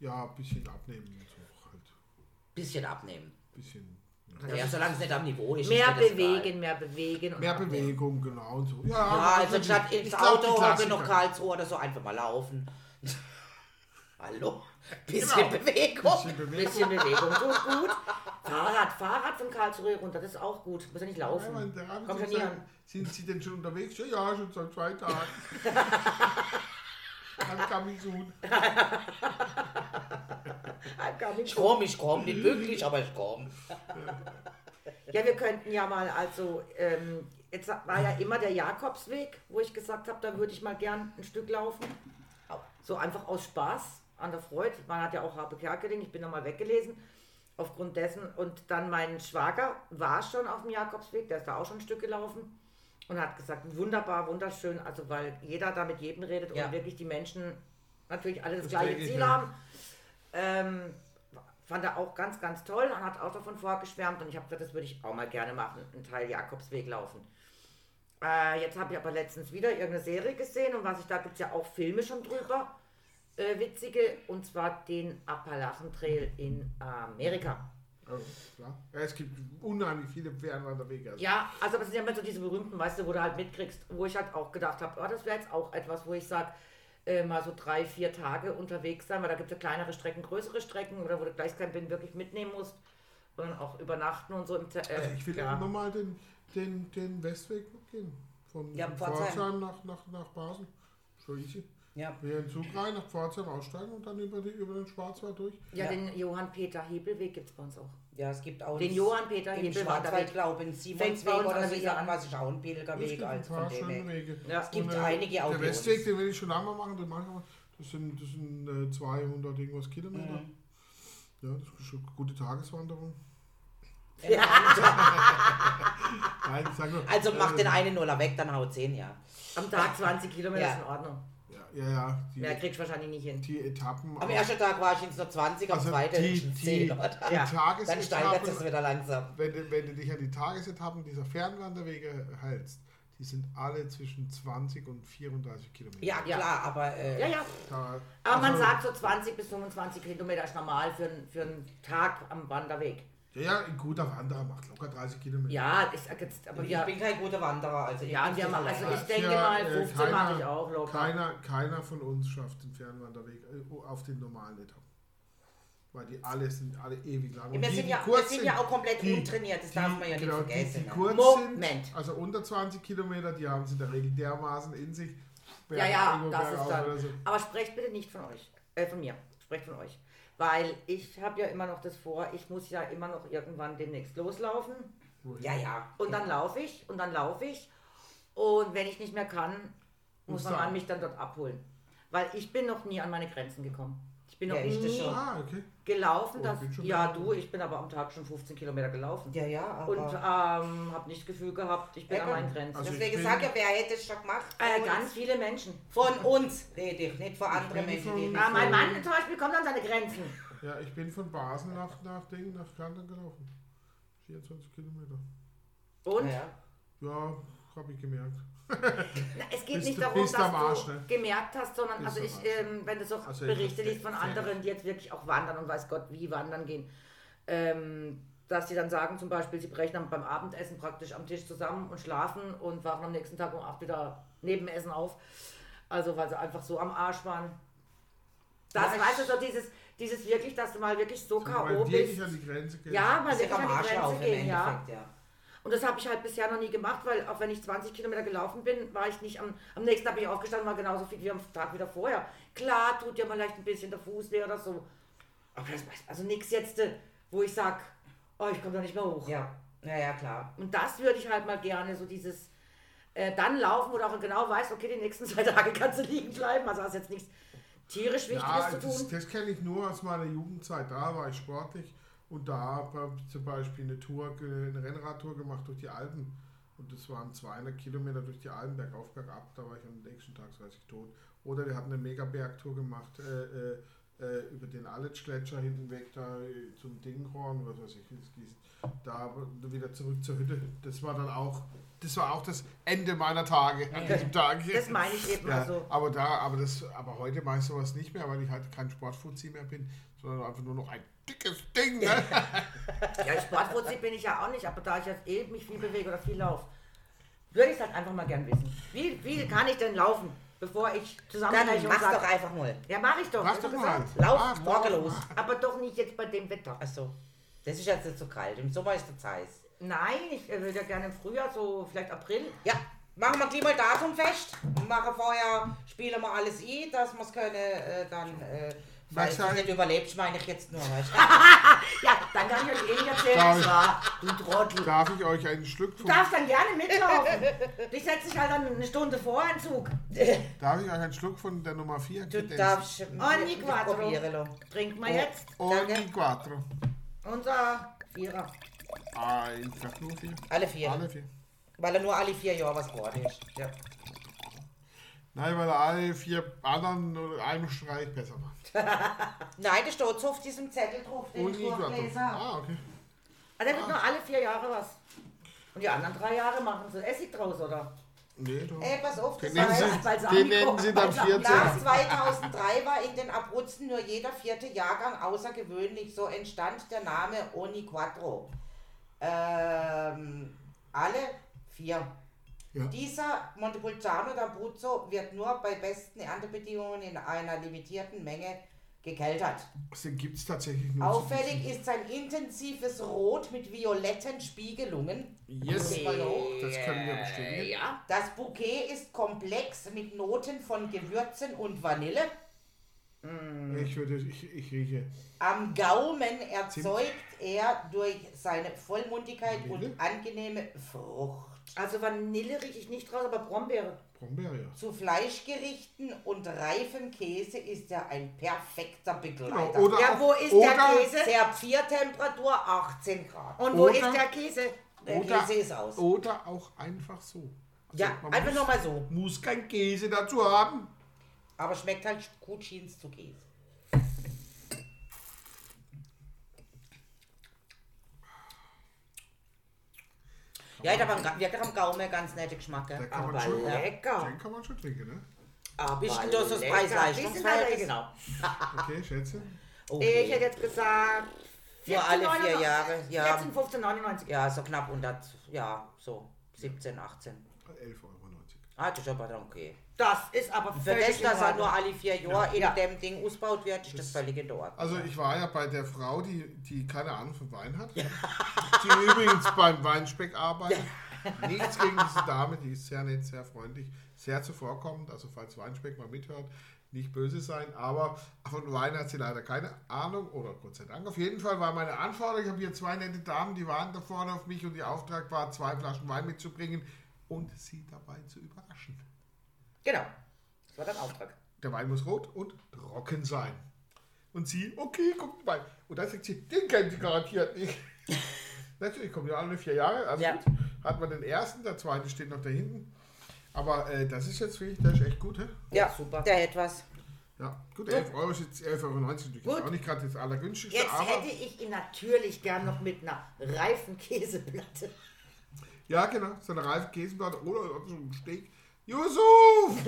Speaker 2: Ja, ein bisschen abnehmen. und So, halt.
Speaker 1: Bisschen abnehmen.
Speaker 2: bisschen ja.
Speaker 1: Ja, solange es nicht am Niveau ist. ist
Speaker 3: Mehr
Speaker 1: mir das Egal.
Speaker 3: bewegen, mehr bewegen. und
Speaker 2: mehr
Speaker 3: abnehmen.
Speaker 2: Bewegung, genau. Und so. Ja,
Speaker 1: Ja, also statt
Speaker 2: ich
Speaker 1: ins
Speaker 2: glaub, die
Speaker 1: Auto hocken
Speaker 2: Klassiker.
Speaker 1: noch Karlsruhe oder so einfach mal laufen. Hallo? Bisschen
Speaker 2: Genau.
Speaker 1: Bewegung.
Speaker 2: Bisschen Bewegung.
Speaker 3: Bisschen Bewegung tut gut. Fahrrad, Fahrrad von Karlsruhe runter, das ist auch gut. Muss ja nicht
Speaker 1: Oh,
Speaker 2: Ja,
Speaker 3: laufen.
Speaker 2: mein, der Rahmen
Speaker 3: Kommt ja
Speaker 2: sagt,
Speaker 3: nie an.
Speaker 2: Sind Sie denn schon unterwegs? Ja, ja, schon seit zwei Tagen. Dann kam ich so.
Speaker 3: Ah,
Speaker 1: Ich komm, ich komm. Nicht wirklich, aber ich komm.
Speaker 3: Ja, wir könnten ja mal, also, ähm, jetzt war ja immer der Jakobsweg, wo ich gesagt habe, da würde ich mal gern ein Stück laufen. So einfach aus Spaß, an der Freude. Man hat ja auch Harpe Kerkeling, ich bin nochmal weggelesen. Aufgrund dessen. Und dann mein Schwager war schon auf dem Jakobsweg, der ist da auch schon ein Stück gelaufen und hat gesagt, wunderbar, wunderschön. Also, weil jeder da mit jedem redet
Speaker 1: Ja.
Speaker 3: und wirklich die Menschen natürlich alle das,
Speaker 2: Das
Speaker 3: gleiche
Speaker 2: denke ich
Speaker 3: Ziel
Speaker 2: mir.
Speaker 3: haben. Ähm, fand er auch ganz, ganz toll und hat auch davon vorgeschwärmt. Und ich habe gesagt, das würde ich auch mal gerne machen, einen Teil Jakobsweg laufen. Äh, jetzt habe ich aber letztens wieder irgendeine Serie gesehen und was ich da gibt es ja auch Filme schon drüber. Äh, witzige, und zwar den Appalachen Trail in Amerika.
Speaker 2: Also, klar. Ja, es gibt unheimlich viele Fernwanderwege. Also,
Speaker 3: Ja, also das sind ja immer so diese berühmten, weißt du, wo du halt mitkriegst, wo ich halt auch gedacht habe, oh, das wäre jetzt auch etwas, wo ich sage, äh, mal so drei, vier Tage unterwegs sein, weil da gibt es ja kleinere Strecken, größere Strecken oder wo du gleich kein Bin wirklich mitnehmen musst und dann auch übernachten und so im Te äh,
Speaker 2: Also Ich will
Speaker 3: ja.
Speaker 2: immer mal den, den, den Westweg noch gehen. Von
Speaker 1: Ja,
Speaker 2: von
Speaker 1: Pforzheim.
Speaker 2: Pforzheim nach, nach, nach Basel. So easy.
Speaker 1: Ja.
Speaker 2: Hier in den Zug rein, nach Pforzheim aussteigen und dann über, die, über den Schwarzwald durch.
Speaker 3: Ja,
Speaker 1: Ja.
Speaker 3: den Johann-Peter-Hebelweg gibt es bei uns auch.
Speaker 1: Ja, es gibt auch
Speaker 3: Den Johann-Peter
Speaker 1: im
Speaker 3: Hebel war
Speaker 1: Schwarzwald,
Speaker 3: dabei.
Speaker 1: glaube ich, in Simonsweg
Speaker 3: bei uns an
Speaker 1: oder
Speaker 3: der
Speaker 1: so.
Speaker 3: Weser
Speaker 1: Ja,
Speaker 3: an.
Speaker 1: was ist auch ein billiger
Speaker 2: Es
Speaker 1: Weg,
Speaker 2: gibt ein
Speaker 1: also
Speaker 2: paar
Speaker 1: von dem
Speaker 2: schöne
Speaker 1: weg.
Speaker 2: Wege. äh,
Speaker 3: Ja, es
Speaker 1: gibt einige auch
Speaker 2: Der
Speaker 1: bei
Speaker 2: Westweg,
Speaker 1: uns.
Speaker 2: den will ich schon lange mal machen, den mache ich aber. Das sind, das sind äh, 200 irgendwas Kilometer.
Speaker 1: Mhm.
Speaker 2: Ja, das ist schon eine gute Tageswanderung.
Speaker 1: Genau.
Speaker 2: Nein, ich sag nur,
Speaker 1: Also mach
Speaker 2: äh,
Speaker 1: den einen Nuller weg, dann haut 10, ja.
Speaker 3: Am Tag 20 Kilometer
Speaker 1: Ja.
Speaker 3: ist in Ordnung.
Speaker 2: Ja, ja, ja die,
Speaker 3: Mehr kriegst du wahrscheinlich nicht hin.
Speaker 2: die Etappen.
Speaker 1: Am ersten Tag war ich ins nur 20, am
Speaker 2: Also
Speaker 1: zweiten
Speaker 2: die-
Speaker 1: die,
Speaker 2: die-
Speaker 1: 10, oder?
Speaker 2: die
Speaker 3: Ja,
Speaker 1: Dann steigert es
Speaker 2: Tagesetappen,
Speaker 1: wieder langsam.
Speaker 2: wenn, du- wenn du dich an die Tagesetappen dieser Fernwanderwege hältst, die sind alle zwischen 20 und 34 Kilometer.
Speaker 1: Ja,
Speaker 3: Ja.
Speaker 1: klar, aber äh,
Speaker 3: Ja, ja.
Speaker 2: Da,
Speaker 3: Aber man
Speaker 2: also-
Speaker 3: sagt so 20 bis 25 Kilometer ist normal für, einen- für einen Tag am Wanderweg.
Speaker 2: Ja, ja, ein guter Wanderer macht locker 30 Kilometer.
Speaker 3: Ja, ist jetzt, aber
Speaker 1: ich
Speaker 3: ja,
Speaker 1: bin kein guter Wanderer. Also ich
Speaker 3: Ja,
Speaker 1: muss
Speaker 3: wir
Speaker 1: das
Speaker 3: machen-
Speaker 1: alleine.
Speaker 3: also ich- denke mal, 15 mache ich auch locker.
Speaker 2: äh, Keiner, keiner von uns schafft den Fernwanderweg äh, auf den normalen Etappen. Weil die alle sind alle ewig lang.
Speaker 1: wir
Speaker 2: die,
Speaker 1: sind
Speaker 2: die
Speaker 1: ja-
Speaker 2: kurz
Speaker 1: wir sind ja auch komplett untrainiert, das darf man ja nicht
Speaker 2: genau, Die,
Speaker 1: vergessen,
Speaker 2: die
Speaker 1: ne?
Speaker 2: kurz
Speaker 3: Moment.
Speaker 2: Sind, also unter 20 Kilometer, die haben sie in der Regel dermaßen in sich.
Speaker 3: ja,
Speaker 2: Berg-
Speaker 3: ja,
Speaker 2: irgendwo
Speaker 3: das
Speaker 2: bergauf
Speaker 3: ist
Speaker 2: oder
Speaker 3: dann.
Speaker 2: so.
Speaker 3: Aber sprecht bitte nicht von euch, äh, von mir, sprecht von euch. Weil ich habe ja immer noch das vor, ich muss ja immer noch irgendwann demnächst loslaufen.
Speaker 2: Wohin?
Speaker 1: ja, ja.
Speaker 3: also- Und dann laufe ich und dann laufe ich. Und wenn ich nicht mehr kann, muss
Speaker 2: Muss
Speaker 3: man
Speaker 2: da-
Speaker 3: an mich dann dort abholen. Weil ich bin noch nie an meine Grenzen gekommen. Ich bin noch
Speaker 1: Ja, ich das
Speaker 3: nie
Speaker 1: schon.
Speaker 2: Ah, okay.
Speaker 3: gelaufen.
Speaker 2: Oh,
Speaker 3: dass,
Speaker 2: geht schon
Speaker 3: ja,
Speaker 2: wieder.
Speaker 3: du, ich bin aber am Tag schon 15 Kilometer gelaufen.
Speaker 1: Ja, ja, aber.
Speaker 3: Und ähm, habe nicht das Gefühl gehabt, ich bin
Speaker 1: Ja,
Speaker 3: an
Speaker 1: komm.
Speaker 3: meinen Grenzen.
Speaker 2: Also ich
Speaker 1: Deswegen
Speaker 2: bin-
Speaker 1: sag ja, wer hätte es schon gemacht?
Speaker 3: äh,
Speaker 1: Von
Speaker 3: ganz
Speaker 1: uns.
Speaker 3: viele Menschen.
Speaker 1: Von uns rede ich, nicht von anderen
Speaker 2: bin
Speaker 1: Menschen.
Speaker 2: von-
Speaker 1: Die
Speaker 3: Ah,
Speaker 1: nicht
Speaker 3: mein Mann zum Beispiel kommt an seine Grenzen.
Speaker 2: Ja, ich bin von Basel nach, nach Ding, nach Kärnten gelaufen. 24 Kilometer.
Speaker 3: Und
Speaker 1: Ja.
Speaker 2: Ja, habe ich gemerkt.
Speaker 3: na, es geht
Speaker 2: Bist
Speaker 3: nicht
Speaker 2: du-
Speaker 3: darum, dass
Speaker 2: bist am Arsch,
Speaker 3: du
Speaker 2: ne?
Speaker 3: gemerkt hast, sondern
Speaker 2: Bist
Speaker 3: also ich,
Speaker 2: am Arsch.
Speaker 3: ähm, wenn du so
Speaker 2: Also ich
Speaker 3: Berichte
Speaker 2: verstehe.
Speaker 3: liest von
Speaker 2: Sehr
Speaker 3: anderen, die jetzt wirklich auch wandern und weiß Gott wie wandern gehen, ähm, dass sie dann sagen zum Beispiel, sie brechen dann beim Abendessen praktisch am Tisch zusammen und schlafen und wachen am nächsten Tag um 8 wieder neben dem Essen auf. Also weil sie einfach so am Arsch waren. Das
Speaker 1: Ja,
Speaker 3: weißt du,
Speaker 1: ich-
Speaker 3: so dieses, dieses wirklich, dass du mal wirklich so
Speaker 2: Weil
Speaker 3: K.O. bist.
Speaker 2: wirklich an die Grenze gehen.
Speaker 3: Ja, mal
Speaker 1: Also
Speaker 3: wirklich
Speaker 1: ich am
Speaker 3: an die
Speaker 1: Arsch
Speaker 3: Grenze
Speaker 1: auf im
Speaker 3: gehen, ja.
Speaker 1: Endeffekt, ja.
Speaker 3: Und das habe ich halt bisher noch nie gemacht, weil auch wenn ich 20 Kilometer gelaufen bin, war ich nicht am, am nächsten Tag bin ich aufgestanden, war genauso viel wie am Tag wieder vorher. Klar tut ja mal leicht ein bisschen der Fuß weh oder so. Aber das weiß also nichts jetzt, äh, wo ich sag, oh, ich komme da nicht mehr hoch.
Speaker 1: Ja, ja, ja, klar.
Speaker 3: Und das würde ich halt mal gerne, so dieses äh, dann laufen, wo du auch genau weißt, okay, die nächsten zwei Tage kannst du liegen bleiben. Also hast jetzt nichts tierisch Wichtiges
Speaker 2: Ja,
Speaker 3: zu
Speaker 2: das,
Speaker 3: tun.
Speaker 2: das kenne ich nur aus meiner Jugendzeit. Da war ich sportlich und da habe ich zum Beispiel eine Tour, ge- eine Rennradtour gemacht durch die Alpen. Und das waren 200 Kilometer durch die Alpen, bergauf, bergab. Da war ich am nächsten Tag 30 tot. Oder wir hatten eine Mega-Bergtour gemacht äh, äh, äh, über den Aletschgletscher hinten weg da äh, zum Dinghorn, was weiß ich, ins Gießen. Da wieder zurück zur Hütte. Das war dann auch, das war auch das Ende meiner Tage an diesem Tag.
Speaker 3: Das meine ich eben.
Speaker 2: Ja,
Speaker 3: Also,
Speaker 2: aber da, aber das, aber heute mache ich sowas nicht mehr, weil ich halt kein Sportfuzzi mehr bin, sondern einfach nur noch ein dickes Ding. Ne?
Speaker 3: Ja, Sportfuzzi bin ich ja auch nicht, aber da ich jetzt eh mich viel bewege oder viel laufe, würde ich es halt einfach mal gern wissen. Wie, wie kann ich denn laufen, bevor ich
Speaker 1: Dann
Speaker 3: zusammenbreche und
Speaker 1: mach's doch
Speaker 3: sage,
Speaker 1: einfach mal.
Speaker 3: ja, mach ich doch.
Speaker 2: Mach's
Speaker 3: hast
Speaker 2: doch
Speaker 3: du
Speaker 2: mal.
Speaker 3: gesagt.
Speaker 1: Lauf
Speaker 2: Mach doch.
Speaker 1: morgen los.
Speaker 3: Aber doch nicht jetzt bei dem Wetter.
Speaker 1: Achso. Das ist jetzt nicht so kalt. Im Sommer ist es heiß.
Speaker 3: Nein, ich äh, würde ja gerne im Frühjahr, so vielleicht April.
Speaker 1: Ja, machen wir gleich mal Datum fest. und Machen vorher, spielen wir alles ein, dass wir es können, äh, dann, äh, falls du
Speaker 2: Maxi.
Speaker 1: nicht überlebst, meine ich jetzt nur, weißt du?
Speaker 3: Ja, dann kann ich euch eh nicht erzählen,
Speaker 2: Darf
Speaker 3: was
Speaker 2: ich-
Speaker 3: war. Du Trottel.
Speaker 2: Darf ich euch einen Schluck
Speaker 3: Du
Speaker 2: vom,
Speaker 3: darfst dann gerne mitlaufen. Dich setze ich halt dann eine Stunde vor in Zug.
Speaker 2: darf ich euch einen Schluck von der Nummer 4
Speaker 1: Du darfst äh,
Speaker 3: Oh, nie
Speaker 1: mit-
Speaker 3: Quattro.
Speaker 1: probieren lassen.
Speaker 3: Trinken wir jetzt
Speaker 2: Ogni quattro.
Speaker 3: unser Vierer.
Speaker 2: Ah, ich sag nur vier.
Speaker 1: Alle vier.
Speaker 2: Alle vier.
Speaker 1: Weil er nur alle vier Jahre was geworden ist. Ja.
Speaker 2: Nein, weil alle vier anderen nur einem Streich besser waren.
Speaker 1: Nein, das steht so auf diesem Zettel drauf, den ich
Speaker 2: Ogni
Speaker 1: vorgelesen
Speaker 2: quattro.
Speaker 1: habe.
Speaker 2: Ah, okay.
Speaker 3: Also er wird nur alle vier Jahre was. Und die anderen drei Jahre machen sie Essig draus, oder?
Speaker 2: Nee, doch.
Speaker 1: Ey, Äh, pass auf,
Speaker 2: Den
Speaker 1: das
Speaker 2: nennen
Speaker 1: heißt,
Speaker 3: Balsamico,
Speaker 2: sie, den nennen sie dann
Speaker 3: Balsamico.
Speaker 2: 14.
Speaker 1: nach 2003 war in den Abruzzen nur jeder vierte Jahrgang außergewöhnlich. So entstand der Name Oni Quattro. Ähm, alle vier.
Speaker 2: Ja.
Speaker 1: Dieser Montepulciano d'Abruzzo wird nur bei besten Erntebedingungen in einer limitierten Menge gekeltert.
Speaker 2: Den gibt es tatsächlich nur. zu
Speaker 1: Auffällig ist sein intensives Rot mit violetten Spiegelungen.
Speaker 2: diesem- Yes,
Speaker 1: Okay.
Speaker 2: das können wir bestätigen.
Speaker 3: Ja,
Speaker 1: Das Bouquet ist komplex mit Noten von Gewürzen und Vanille.
Speaker 2: Hm. Ich würde, ich, ich rieche.
Speaker 1: Am Gaumen erzeugt er durch seine Vollmundigkeit
Speaker 2: Vanille?
Speaker 1: und angenehme Frucht.
Speaker 3: also Vanille rieche ich nicht raus, aber Brombeere.
Speaker 2: Brombeere. ja.
Speaker 1: Zu Fleischgerichten und reifem Käse ist er ein perfekter Begleiter.
Speaker 2: Genau, oder
Speaker 3: Ja,
Speaker 2: auch,
Speaker 3: wo ist
Speaker 2: oder,
Speaker 3: der Käse?
Speaker 1: Serviertemperatur 18 Grad.
Speaker 3: Und wo
Speaker 2: Oder-
Speaker 3: ist der Käse?
Speaker 1: Der
Speaker 2: Oder-
Speaker 1: Käse ist aus.
Speaker 2: Oder auch einfach so. Also
Speaker 1: ja,
Speaker 2: man
Speaker 1: einfach
Speaker 2: muss,
Speaker 1: nochmal so.
Speaker 2: Muss kein Käse dazu haben.
Speaker 1: Aber schmeckt halt gut Jeans zu Käse. Ja, der war ein leckerer Gaumen, ganz netter Geschmack.
Speaker 2: Da
Speaker 1: Gell? Ah,
Speaker 2: kann man
Speaker 3: aber
Speaker 2: schon,
Speaker 3: lecker.
Speaker 2: Den kann man schon trinken, ne?
Speaker 3: Aber
Speaker 1: Bisschen das ist
Speaker 3: lecker.
Speaker 1: Preis-Leistungs-Verhältnis.
Speaker 3: Bisschen lecker, ah.
Speaker 2: Okay, schätze.
Speaker 1: Oh,
Speaker 3: Ich
Speaker 1: je.
Speaker 3: hätte jetzt gesagt.
Speaker 1: Nur alle vier Jahre, ja.
Speaker 3: 14, 15, 99.
Speaker 1: ja, so knapp unter, ja, so 17, 18.
Speaker 2: 11,90 Euro.
Speaker 1: Ah, das ist aber dann okay.
Speaker 3: Das ist aber
Speaker 1: Für das,
Speaker 3: völlig
Speaker 1: dass
Speaker 3: in
Speaker 1: er
Speaker 3: Ordnung.
Speaker 1: nur alle vier Jahre
Speaker 3: Ja.
Speaker 1: in dem Ding ausgebaut wird, ist das völlig in Ordnung.
Speaker 2: Also ich war ja bei der Frau, die, die keine Ahnung von Wein hat, die übrigens beim Weinspeck arbeitet. Nichts gegen diese Dame, die ist sehr nett, sehr freundlich, sehr zuvorkommend. Also falls Weinspeck mal mithört, nicht böse sein, aber von Wein hat sie leider keine Ahnung oder Gott sei Dank. Auf jeden Fall war meine Anforderung, ich habe hier zwei nette Damen, die waren da vorne auf mich und ihr Auftrag war, zwei Flaschen Wein mitzubringen und sie dabei zu überraschen.
Speaker 1: Genau.
Speaker 3: Das war dein Auftrag.
Speaker 2: Der Wein muss rot und trocken sein. Und sie, okay, guckt mal. Und dann sagt sie, den kennen sie garantiert nicht. Natürlich, kommen ja alle vier Jahre. Also
Speaker 1: Ja.
Speaker 2: gut, hat man den ersten, der zweite steht noch da hinten. Aber äh, das ist jetzt wirklich, der ist echt gut, hä?
Speaker 1: Ja, super. Der etwas.
Speaker 2: Ja, gut, 11 Euro ist jetzt 11,90 Euro. Natürlich
Speaker 3: Gut.
Speaker 2: auch nicht gerade das allergünstigste,
Speaker 3: Jetzt
Speaker 2: aber.
Speaker 3: hätte ich ihn natürlich gern noch mit einer reifen Käseplatte.
Speaker 2: Ja, genau, so eine reife Käseplatte oder so ein Steak. Yusuf!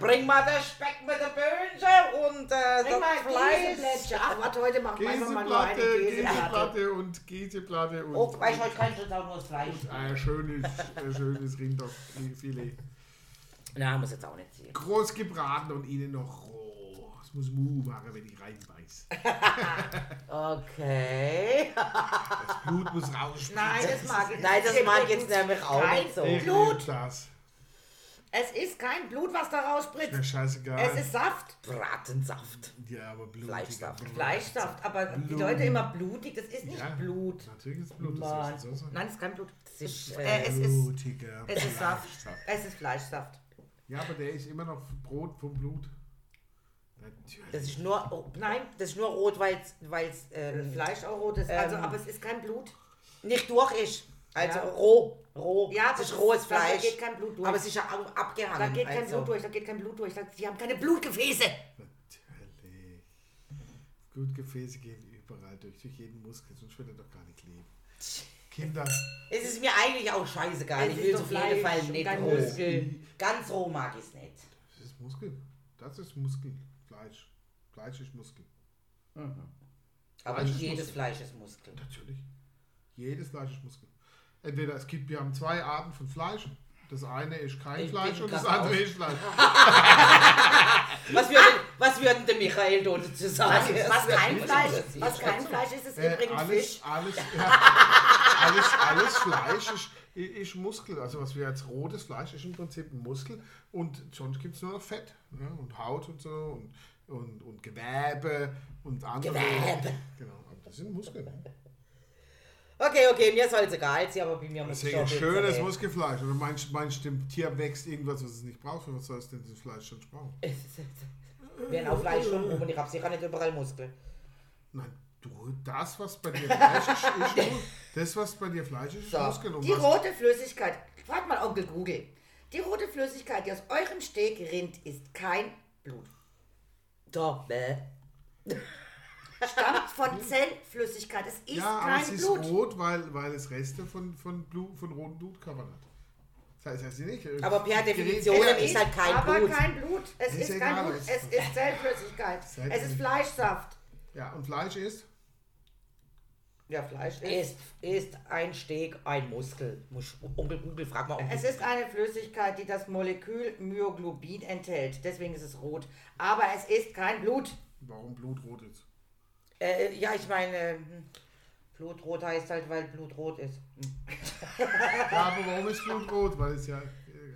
Speaker 1: Bring mal den Speck mit der Böhnchen und äh,
Speaker 3: Bring mal
Speaker 1: das Fleisch.
Speaker 3: Käseplatte. Ach, warte, heute machen wir einfach mal nur eine
Speaker 2: Käseplatte,
Speaker 3: Käseplatte.
Speaker 2: Käseplatte und Käseplatte und.
Speaker 1: Oh, weißt du, heute kannst du jetzt auch nur das Fleisch.
Speaker 2: Ein schönes, ein schönes Rinderfilet.
Speaker 1: Na, muss jetzt auch nicht sehen.
Speaker 2: Groß gebraten und innen noch roh. Es muss Mu machen, wenn ich reinbeiß.
Speaker 1: Okay.
Speaker 2: Das Blut muss raus.
Speaker 3: Nein, das mag ich nicht.
Speaker 1: Nein, das mag ich jetzt nämlich auch
Speaker 3: Kein
Speaker 1: nicht so.
Speaker 2: Ich
Speaker 3: Blut.
Speaker 2: lieb Das.
Speaker 3: Es ist kein Blut, was da
Speaker 2: Ja,
Speaker 3: rausspritzt.
Speaker 2: scheißegal.
Speaker 3: Es ist Saft.
Speaker 1: Bratensaft.
Speaker 2: ja, aber Blut.
Speaker 1: Fleischsaft.
Speaker 3: Fleischsaft, aber die
Speaker 2: Blut.
Speaker 3: Leute immer blutig, das ist nicht
Speaker 2: Ja,
Speaker 3: Blut.
Speaker 2: Natürlich ist Blut.
Speaker 3: Mann.
Speaker 2: Das ist so.
Speaker 3: Nein, es ist kein Blut.
Speaker 1: Das ist,
Speaker 3: Äh,
Speaker 1: äh,
Speaker 3: es ist,
Speaker 2: Blutiger
Speaker 3: es ist Saft.
Speaker 2: Fleischsaft.
Speaker 3: Es ist Fleischsaft.
Speaker 2: Ja, aber der ist immer noch Brot vom Blut. Natürlich.
Speaker 1: das ist nur, oh,
Speaker 3: Nein,
Speaker 1: das ist nur rot, weil es ähm,
Speaker 3: Fleisch auch rotes. Also, aber es ist kein Blut.
Speaker 1: nicht durch ist. Also
Speaker 3: Ja.
Speaker 1: roh, roh.
Speaker 3: Ja,
Speaker 1: das
Speaker 3: das
Speaker 1: ist rohes
Speaker 3: ist- da- da
Speaker 1: Fleisch.
Speaker 3: geht kein Blut durch.
Speaker 1: Aber es ist ja ab- abgehangen.
Speaker 3: Da geht kein
Speaker 1: also.
Speaker 3: Blut durch, da geht kein Blut durch. Da- Die haben keine Blutgefäße.
Speaker 2: Natürlich. Blutgefäße gehen überall durch, durch jeden Muskel, sonst würde er doch gar nicht leben. Kinder.
Speaker 1: Es ist mir eigentlich auch scheißegal.
Speaker 3: Es
Speaker 1: Ich
Speaker 3: ist
Speaker 1: will es
Speaker 3: doch
Speaker 1: auf jeden
Speaker 3: Fleisch
Speaker 1: Fall
Speaker 3: und
Speaker 1: nicht
Speaker 3: kein
Speaker 1: roh.
Speaker 3: Muskel.
Speaker 1: Ganz roh mag ich es nicht.
Speaker 2: Das ist Muskel. Das ist Muskel. Fleisch. Fleisch ist Muskel.
Speaker 1: Aber
Speaker 2: Fleisch
Speaker 1: nicht
Speaker 2: ist
Speaker 1: jedes
Speaker 2: Muskel.
Speaker 1: Fleisch ist Muskel.
Speaker 2: Natürlich. Jedes Fleisch ist Muskel. Entweder es gibt, wir haben zwei Arten von Fleisch. Das eine ist kein
Speaker 1: Ich
Speaker 2: Fleisch
Speaker 1: bin
Speaker 2: und das
Speaker 1: grad
Speaker 2: andere
Speaker 1: raus.
Speaker 2: ist Fleisch.
Speaker 1: Was würden, was würden der Michael dort dazu sagen?
Speaker 3: Ah! Was kein
Speaker 1: Das
Speaker 3: Fleisch,
Speaker 1: interessiert
Speaker 3: was kein
Speaker 1: mich.
Speaker 3: Fleisch ist, ist
Speaker 2: Äh,
Speaker 3: übrigens Fisch.
Speaker 2: alles, alles, ja, alles, alles Fleisch ist, ist Muskel. Also was wir als rotes Fleisch ist im Prinzip ein Muskel und sonst gibt es nur noch Fett ne? und Haut und so und, und, und Gewebe und andere.
Speaker 1: Gewebe.
Speaker 2: Genau, aber das sind Muskeln.
Speaker 1: Okay, okay, mir soll es egal sein, aber bei mir muss ich
Speaker 2: Deswegen
Speaker 1: auch
Speaker 2: schönes
Speaker 1: wissen,
Speaker 2: Muskelfleisch. Oder meinst meinst du, dem Tier wächst irgendwas, was es nicht braucht? Für was soll es denn das Fleisch schon brauchen?
Speaker 1: ey. Wir haben auch Fleisch schon rum und ich habe sicher nicht überall Muskeln.
Speaker 2: Nein, du, das, was bei dir Fleisch ist, ist nur, das, was bei dir Fleisch ist, ist Muskeln. Und
Speaker 3: Die
Speaker 2: was,
Speaker 3: rote Flüssigkeit, frag mal Onkel Google. Die rote Flüssigkeit, die aus eurem Steak rinnt, ist kein Blut.
Speaker 1: Da, ne?
Speaker 3: Stammt von Zellflüssigkeit. Es ist
Speaker 2: ja, aber
Speaker 3: kein
Speaker 2: es ist
Speaker 3: Blut.
Speaker 2: rot, weil, weil es Reste von, von, Blut, von roten Blutkörpern hat. Das heißt, das heißt nicht. äh,
Speaker 1: Aber per
Speaker 2: gerät-
Speaker 1: Definition
Speaker 2: Ja,
Speaker 1: ist halt kein
Speaker 3: aber
Speaker 1: Blut.
Speaker 3: kein Blut. Es
Speaker 2: Ist
Speaker 3: ist,
Speaker 2: egal,
Speaker 3: kein Blut.
Speaker 2: es-
Speaker 3: Es ist Zellflüssigkeit.
Speaker 2: Zell-
Speaker 3: es ist Fleischsaft.
Speaker 2: Ja, und Fleisch ist
Speaker 3: Ja, Fleisch ist.
Speaker 1: Ist, ist ein Steg ein Muskel? Musch- Onkel Google, frag mal Onkel.
Speaker 3: Es ist eine Flüssigkeit, die das Molekül Myoglobin enthält. Deswegen ist es rot. Aber es ist kein Blut.
Speaker 2: Warum blutrot ist?
Speaker 1: äh, ja, ich meine,
Speaker 3: Meine hm, Blutrot heißt halt, weil Blut rot ist. Hm.
Speaker 2: Ja, aber warum ist blutrot? Weil es ja. äh,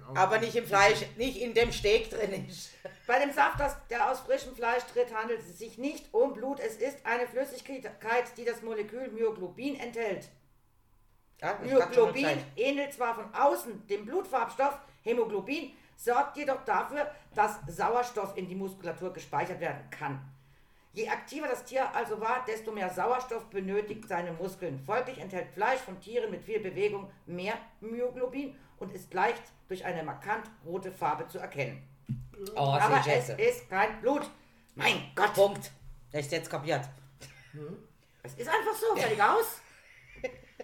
Speaker 2: auch-
Speaker 1: aber nicht im Fleisch, nicht in dem Steg drin ist.
Speaker 3: Bei dem Saft, das, der aus frischem Fleisch tritt, handelt es sich nicht um Blut. Es ist eine Flüssigkeit, die das Molekül Myoglobin enthält.
Speaker 1: Ja, das hat schon
Speaker 3: Myoglobin
Speaker 1: gezeigt.
Speaker 3: ähnelt zwar von außen dem Blutfarbstoff Hämoglobin, sorgt jedoch dafür, dass Sauerstoff in die Muskulatur gespeichert werden kann. Je aktiver das Tier also war, desto mehr Sauerstoff benötigt seine Muskeln. Folglich enthält Fleisch von Tieren mit viel Bewegung mehr Myoglobin und ist leicht durch eine markant rote Farbe zu erkennen.
Speaker 1: Oh,
Speaker 3: Aber
Speaker 1: sie
Speaker 3: es
Speaker 1: Jesse.
Speaker 3: ist kein Blut. Mein Gott,
Speaker 1: Punkt. Das ist jetzt kapiert.
Speaker 3: es ist einfach so, fertig aus.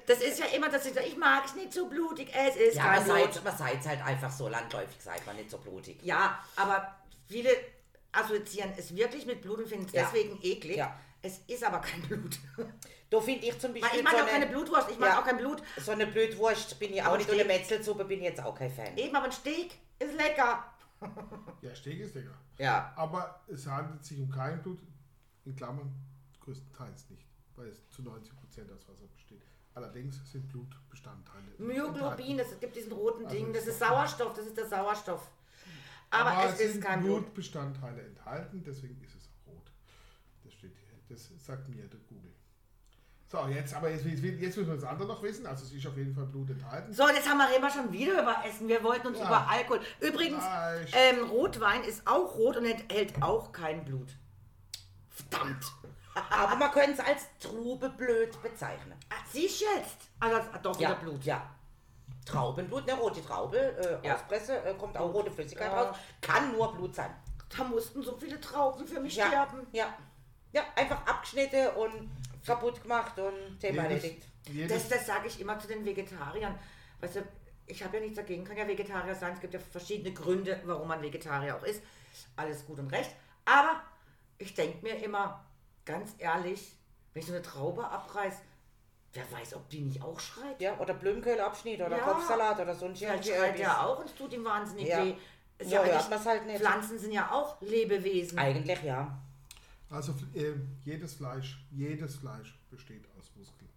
Speaker 3: Das ist ja immer, dass ich sage, ich mag es nicht so blutig, es ist
Speaker 1: Ja,
Speaker 3: kein
Speaker 1: man
Speaker 3: Blut.
Speaker 1: seid, man seid halt einfach so landläufig, seid man nicht so blutig.
Speaker 3: Ja, aber viele assoziieren es wirklich mit Blut und finden es
Speaker 1: Ja.
Speaker 3: deswegen eklig.
Speaker 1: Ja.
Speaker 3: Es ist aber kein Blut.
Speaker 1: Da finde ich zum
Speaker 3: Weil
Speaker 1: Beispiel
Speaker 3: ich mag
Speaker 1: so
Speaker 3: auch keine Blutwurst, ich mag
Speaker 1: Ja.
Speaker 3: auch kein Blut.
Speaker 1: So eine Blödwurst bin ich auch
Speaker 3: Aber
Speaker 1: nicht. Und eine
Speaker 3: Steak-
Speaker 1: Metzelsuppe bin ich jetzt auch kein Fan.
Speaker 3: Eben, aber ein Steak ist lecker.
Speaker 2: Ja, Steg ist lecker.
Speaker 1: Ja.
Speaker 2: Aber es handelt sich um kein Blut, in Klammern größtenteils nicht, weil es zu 90% aus Wasser besteht. Allerdings sind Blutbestandteile.
Speaker 3: Myoglobin,
Speaker 2: enthalten.
Speaker 3: es gibt diesen roten
Speaker 2: Also
Speaker 3: Ding,
Speaker 2: ist
Speaker 3: das ist
Speaker 2: doch-
Speaker 3: Sauerstoff, das ist der Sauerstoff. Aber, es
Speaker 2: Ah, sind
Speaker 3: ist kein Blut.
Speaker 2: Blutbestandteile enthalten, deswegen ist es auch rot. Das steht hier. Das sagt mir der Google. So, jetzt aber jetzt, jetzt müssen wir das andere noch wissen. Also es ist auf jeden Fall Blut enthalten.
Speaker 3: So, jetzt haben wir immer schon wieder über Essen. Wir wollten uns
Speaker 2: Ja.
Speaker 3: über Alkohol. Übrigens,
Speaker 2: Fleisch.
Speaker 3: ähm, Rotwein ist auch rot und enthält auch kein Blut. Verdammt.
Speaker 1: Aber man könnte es als Trube blöd bezeichnen.
Speaker 3: Ah, Sie schätzt. Also, das hat doch
Speaker 1: Ja,
Speaker 3: wieder Blut.
Speaker 1: ja. Traubenblut, eine rote Traube, äh,
Speaker 3: Ja.
Speaker 1: Auspresse, äh, kommt auch rote Flüssigkeit
Speaker 3: Ja.
Speaker 1: raus. Kann nur Blut sein.
Speaker 3: Da mussten so viele Trauben für mich
Speaker 1: Ja,
Speaker 3: sterben.
Speaker 1: ja. Ja, einfach Abschnitte und kaputt gemacht und Thema erledigt.
Speaker 2: jedes,
Speaker 3: Das, das sage ich immer zu den Vegetariern. Weißt du, ich habe ja nichts dagegen, kann ja Vegetarier sein. Es gibt ja verschiedene Gründe, warum man Vegetarier auch ist. Alles gut und recht. Aber ich denke mir immer, ganz ehrlich, wenn ich so eine Traube abreiß, wer weiß, ob die nicht auch schreit.
Speaker 1: Ja, oder Blümkölabschnitt oder
Speaker 3: Ja.
Speaker 1: Kopfsalat oder so ein
Speaker 3: Vielleicht
Speaker 1: Schirmchen-
Speaker 3: schreit
Speaker 1: Örbis.
Speaker 3: der auch und es tut ihm wahnsinnig
Speaker 1: Ja.
Speaker 3: weh. Ist
Speaker 1: Ja, hört
Speaker 3: eigentlich-
Speaker 1: man's halt nicht.
Speaker 3: Pflanzen sind ja auch Lebewesen.
Speaker 1: Eigentlich ja.
Speaker 2: also äh, jedes Fleisch, jedes Fleisch besteht aus Muskeln.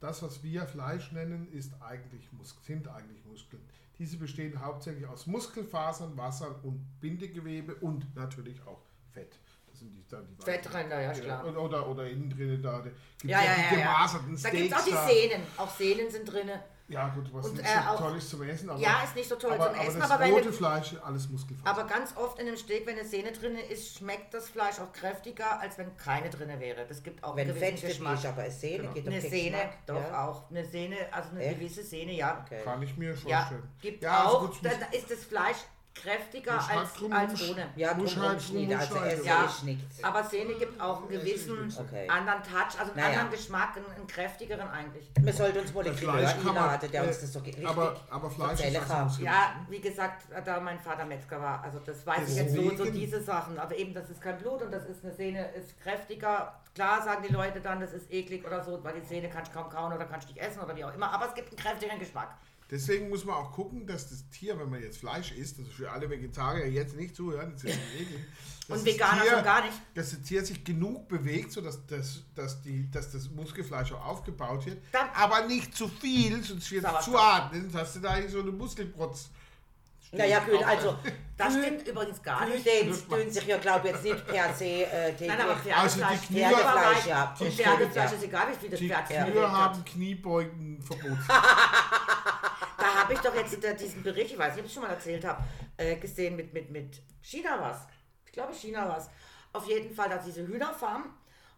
Speaker 2: Das, was wir Fleisch nennen, ist eigentlich Mus sind eigentlich Muskeln. Diese bestehen hauptsächlich aus Muskelfasern, Wasser und Bindegewebe und natürlich auch Fett. Das sind die, dann die
Speaker 3: Fettränder, ja, klar.
Speaker 2: Oder, oder, oder innen drin da gibt es
Speaker 3: Ja, ja,
Speaker 2: die
Speaker 3: ja, ja.
Speaker 2: gemaserten
Speaker 3: Da gibt
Speaker 2: Steaks
Speaker 3: es auch
Speaker 2: da.
Speaker 3: die Sehnen. Auch Sehnen sind drin.
Speaker 2: Ja gut, was
Speaker 3: Und,
Speaker 2: nicht
Speaker 3: äh,
Speaker 2: so
Speaker 3: auch-
Speaker 2: toll ist zum Essen. Aber,
Speaker 3: Ja, ist nicht so toll
Speaker 2: aber,
Speaker 3: zum Essen,
Speaker 2: aber das
Speaker 3: aber wenn
Speaker 2: rote
Speaker 3: du-
Speaker 2: Fleisch, alles Muskelfasern.
Speaker 3: Aber ganz oft in einem Steak, wenn eine Sehne drin ist, schmeckt das Fleisch auch kräftiger, als wenn keine drin wäre. Das gibt auch
Speaker 1: Wenn
Speaker 3: einen
Speaker 1: Fett
Speaker 3: gewissen Geschmack. Genau.
Speaker 1: gespielt, aber eine Sehne geht um
Speaker 3: Eine
Speaker 1: den
Speaker 3: Sehne,
Speaker 1: Geschmack,
Speaker 3: doch
Speaker 1: ja.
Speaker 3: auch. Eine Sehne, also eine
Speaker 1: Echt?
Speaker 3: gewisse Sehne, ja.
Speaker 1: Okay.
Speaker 2: Kann ich mir
Speaker 3: Ja,
Speaker 2: vorstellen.
Speaker 3: gibt
Speaker 2: also
Speaker 3: auch.
Speaker 2: gut,
Speaker 3: Da,
Speaker 2: muss-
Speaker 3: da ist das Fleisch kräftiger
Speaker 2: muss halt
Speaker 3: als,
Speaker 2: drum
Speaker 3: als
Speaker 2: rumsch-
Speaker 3: ohne.
Speaker 1: Ja,
Speaker 2: Muss
Speaker 1: drumherum
Speaker 2: halt
Speaker 1: Schnitt,
Speaker 2: drum
Speaker 1: also
Speaker 2: rumschneiden.
Speaker 1: es
Speaker 3: Ja.
Speaker 1: ist nichts.
Speaker 3: Aber Sehne gibt auch einen gewissen
Speaker 1: Okay.
Speaker 3: anderen Touch, also einen
Speaker 1: Naja.
Speaker 3: anderen Geschmack, einen, einen kräftigeren eigentlich.
Speaker 1: Wir sollten uns mal den Kühler
Speaker 2: Fleisch kann man-
Speaker 1: einladen, der uns
Speaker 2: äh,
Speaker 1: das so ge- richtig
Speaker 2: aber- aber Fleisch ist
Speaker 1: erzählen
Speaker 2: was
Speaker 1: kann.
Speaker 2: anderes.
Speaker 3: Ja, wie gesagt, da mein Vater Metzger war, also das weiß ich jetzt so, so
Speaker 2: Deswegen-
Speaker 3: diese Sachen. Also eben, das ist kein Blut und das ist eine Sehne, ist kräftiger. Klar sagen die Leute dann, das ist eklig oder so, weil die Sehne kannst du kaum kauen oder kannst du nicht essen oder wie auch immer. Aber es gibt einen kräftigeren Geschmack.
Speaker 2: Deswegen muss man auch gucken, dass das Tier, wenn man jetzt Fleisch isst, also für alle Vegetarier jetzt nicht zuhören, das ist jetzt eklig, dass
Speaker 3: Und
Speaker 2: das
Speaker 3: Veganer
Speaker 2: Tier-
Speaker 3: schon gar nicht.
Speaker 2: Dass das Tier sich genug bewegt, sodass das, dass die, dass das Muskelfleisch auch aufgebaut wird.
Speaker 3: Dann-
Speaker 2: aber nicht zu viel, sonst wird es
Speaker 3: Sauerstoff.
Speaker 2: zu hart. Dann hast du da eigentlich so eine Muskelprotz.
Speaker 1: Naja, gut, also
Speaker 3: Das stimmt übrigens gar nicht.
Speaker 1: Glühdates tun sich ja, glaube ich, jetzt nicht per se äh, täglich.
Speaker 3: Nein, aber
Speaker 2: Also die
Speaker 3: Pferdefleisch,
Speaker 2: Knie-
Speaker 1: Pferdefleisch, ja,
Speaker 3: Und
Speaker 1: stimmt,
Speaker 3: Pferdefleisch
Speaker 1: ja.
Speaker 3: ist egal, wie viel das
Speaker 2: Die
Speaker 3: Pferd
Speaker 2: Kühe
Speaker 3: bewegt hat.
Speaker 2: haben Kniebeugenverbot.
Speaker 3: Da habe ich doch jetzt da diesen Bericht, ich weiß nicht, ob ich schon mal erzählt habe, äh, gesehen mit, mit, mit China was. Ich glaube, China was. Auf jeden Fall, dass diese Hühnerfarm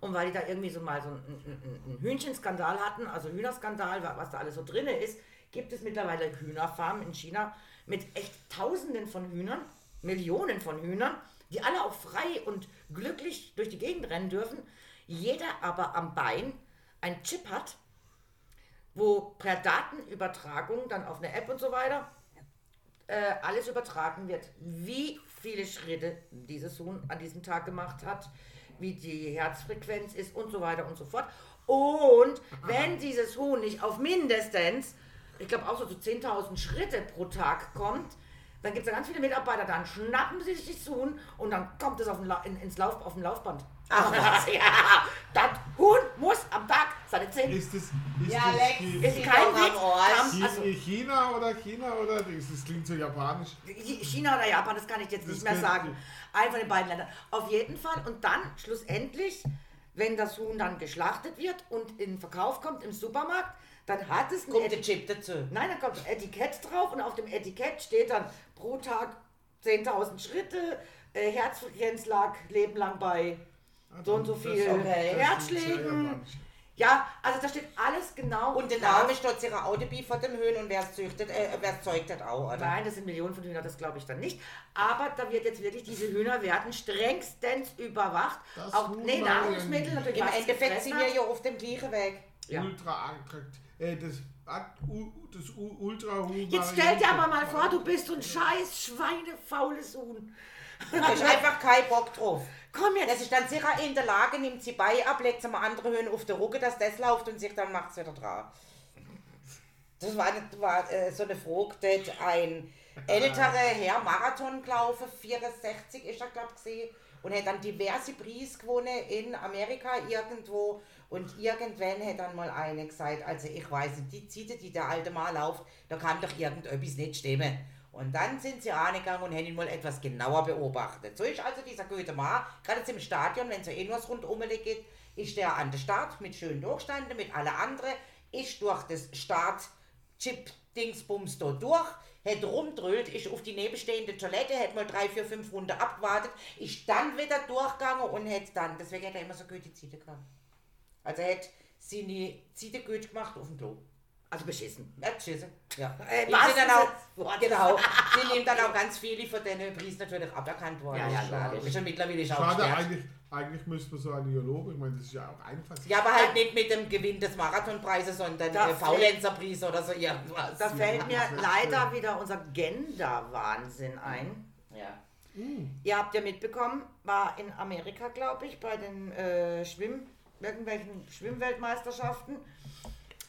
Speaker 3: und weil die da irgendwie so mal so einen, einen, einen Hühnchenskandal hatten, also Hühnerskandal, wa- was da alles so drin ist, gibt es mittlerweile Hühnerfarmen in China mit echt Tausenden von Hühnern, Millionen von Hühnern, die alle auch frei und glücklich durch die Gegend rennen dürfen. Jeder aber am Bein ein Chip hat, wo per Datenübertragung dann auf eine App und so weiter äh, alles übertragen wird, wie viele Schritte dieses Huhn an diesem Tag gemacht hat, wie die Herzfrequenz ist und so weiter und so fort. Und wenn dieses Huhn nicht auf mindestens, ich glaube auch so zu 10.000 Schritte pro Tag kommt, dann gibt es da ganz viele Mitarbeiter, dann schnappen sie sich das Huhn und dann kommt es auf den La in, ins Lauf auf dem Laufband. Ach was, ja. Das Huhn muss am Tag seine 10.
Speaker 2: Ist es, ist
Speaker 1: Ja,
Speaker 2: es
Speaker 1: Lex,
Speaker 2: die-
Speaker 1: ist
Speaker 3: Ist
Speaker 1: kein
Speaker 3: kein Witz.
Speaker 1: Witz.
Speaker 2: Chi-
Speaker 3: also-
Speaker 2: China oder China oder Dings? Das klingt so japanisch.
Speaker 3: China oder Japan, das kann ich jetzt
Speaker 2: Das
Speaker 3: nicht mehr
Speaker 2: kann-
Speaker 3: sagen. Ein von den beiden Ländern. Auf jeden Fall. Und dann schlussendlich, wenn das Huhn dann geschlachtet wird und in Verkauf kommt im Supermarkt, dann hat es ein
Speaker 1: Kommt der Chip
Speaker 3: Etikett.
Speaker 1: dazu.
Speaker 3: Nein, dann kommt ein Etikett drauf und auf dem Etikett steht dann pro Tag 10.000 Schritte, äh, Herzfrequenz lag Leben lang bei so und so viel
Speaker 1: okay.
Speaker 3: Herzschlägen. Ja, also da steht alles genau.
Speaker 1: Und der
Speaker 3: da.
Speaker 1: Name ist trotz ihrer Audibi vor dem Höhen und wer es züchtet, äh, wer es zeugt hat auch, oder?
Speaker 3: Nein, das sind Millionen von Hühnern, das glaube ich dann nicht. Aber da wird jetzt wirklich, diese Hühner werden strengstens überwacht.
Speaker 2: Das
Speaker 3: auch
Speaker 2: Huhn
Speaker 3: nee,
Speaker 2: war
Speaker 3: Nahrungsmittel
Speaker 2: ja
Speaker 3: natürlich.
Speaker 1: Im
Speaker 3: was es
Speaker 1: Endeffekt
Speaker 3: gefressen
Speaker 1: sind wir
Speaker 3: hat.
Speaker 1: ja auf dem gleichen Weg.
Speaker 3: Ja.
Speaker 2: Ultra attraktiv. Äh, das, At- U- das U- ultra humane
Speaker 3: Jetzt stell dir aber
Speaker 2: Huhn.
Speaker 3: mal vor, du bist so ein scheiß schweinefaules Huhn.
Speaker 1: Da ist einfach kein Bock drauf.
Speaker 3: Komm
Speaker 1: Das
Speaker 3: jetzt.
Speaker 1: ist dann sicher in der Lage, nimmt sie bei ab, legt sie mal andere Höhen auf der Rucke, dass das läuft und sich dann macht es wieder dran. Das war, nicht, war äh, so eine Frage, das ein älterer Herr Marathon gelaufen, 64 ist er, glaube ich, und hat dann diverse Preise gewonnen in Amerika irgendwo. Und irgendwann hat dann mal eine gesagt, also ich weiß nicht, die Ziete, die der alte Mann läuft, da kann doch irgendetwas nicht stimmen. Und dann sind sie angegangen und haben ihn mal etwas genauer beobachtet. So ist also dieser Goethe Mann, gerade jetzt im Stadion, wenn es ja eh nur das Rundum geht, ist der an der Start mit schönen Durchständen, mit alle anderen, ist durch das Start Chip Dingsbums da durch, hat rumdröhlt, ist auf die nebenstehende Toilette, hat mal drei, vier, fünf Runden abgewartet, ist dann wieder durchgegangen und hat dann, deswegen hat er immer so gute Ziele gehabt. Also er hat seine Ziele gut gemacht auf dem Klo.
Speaker 3: Also beschissen.
Speaker 1: Ja, tschüss. Ja.
Speaker 3: Äh,
Speaker 1: Ihm
Speaker 3: was
Speaker 1: sind dann
Speaker 3: ist
Speaker 1: auch,
Speaker 3: das?
Speaker 1: genau, sind ihm dann auch ganz viele von den Preisen natürlich aberkannt worden.
Speaker 3: Ja, ja,
Speaker 1: Ist klar.
Speaker 3: logisch.
Speaker 1: Ist ja mittlerweile ist er auch
Speaker 2: Schade, also-
Speaker 1: gestärkt.
Speaker 2: eigentlich, eigentlich müsste man so einen Geologen, ich meine, das ist ja auch einfach.
Speaker 1: Ja, aber halt nicht mit dem Gewinn des Marathonpreises, sondern
Speaker 3: Da
Speaker 1: äh, Faulenzerpreis oder so irgendwas.
Speaker 3: Da fällt mir
Speaker 2: das ist
Speaker 3: leider wieder unser Gender-Wahnsinn ein.
Speaker 1: ja.
Speaker 3: Ihr habt ja mitbekommen, war in Amerika, glaube ich, bei den äh, Schwimm, irgendwelchen Schwimmweltmeisterschaften.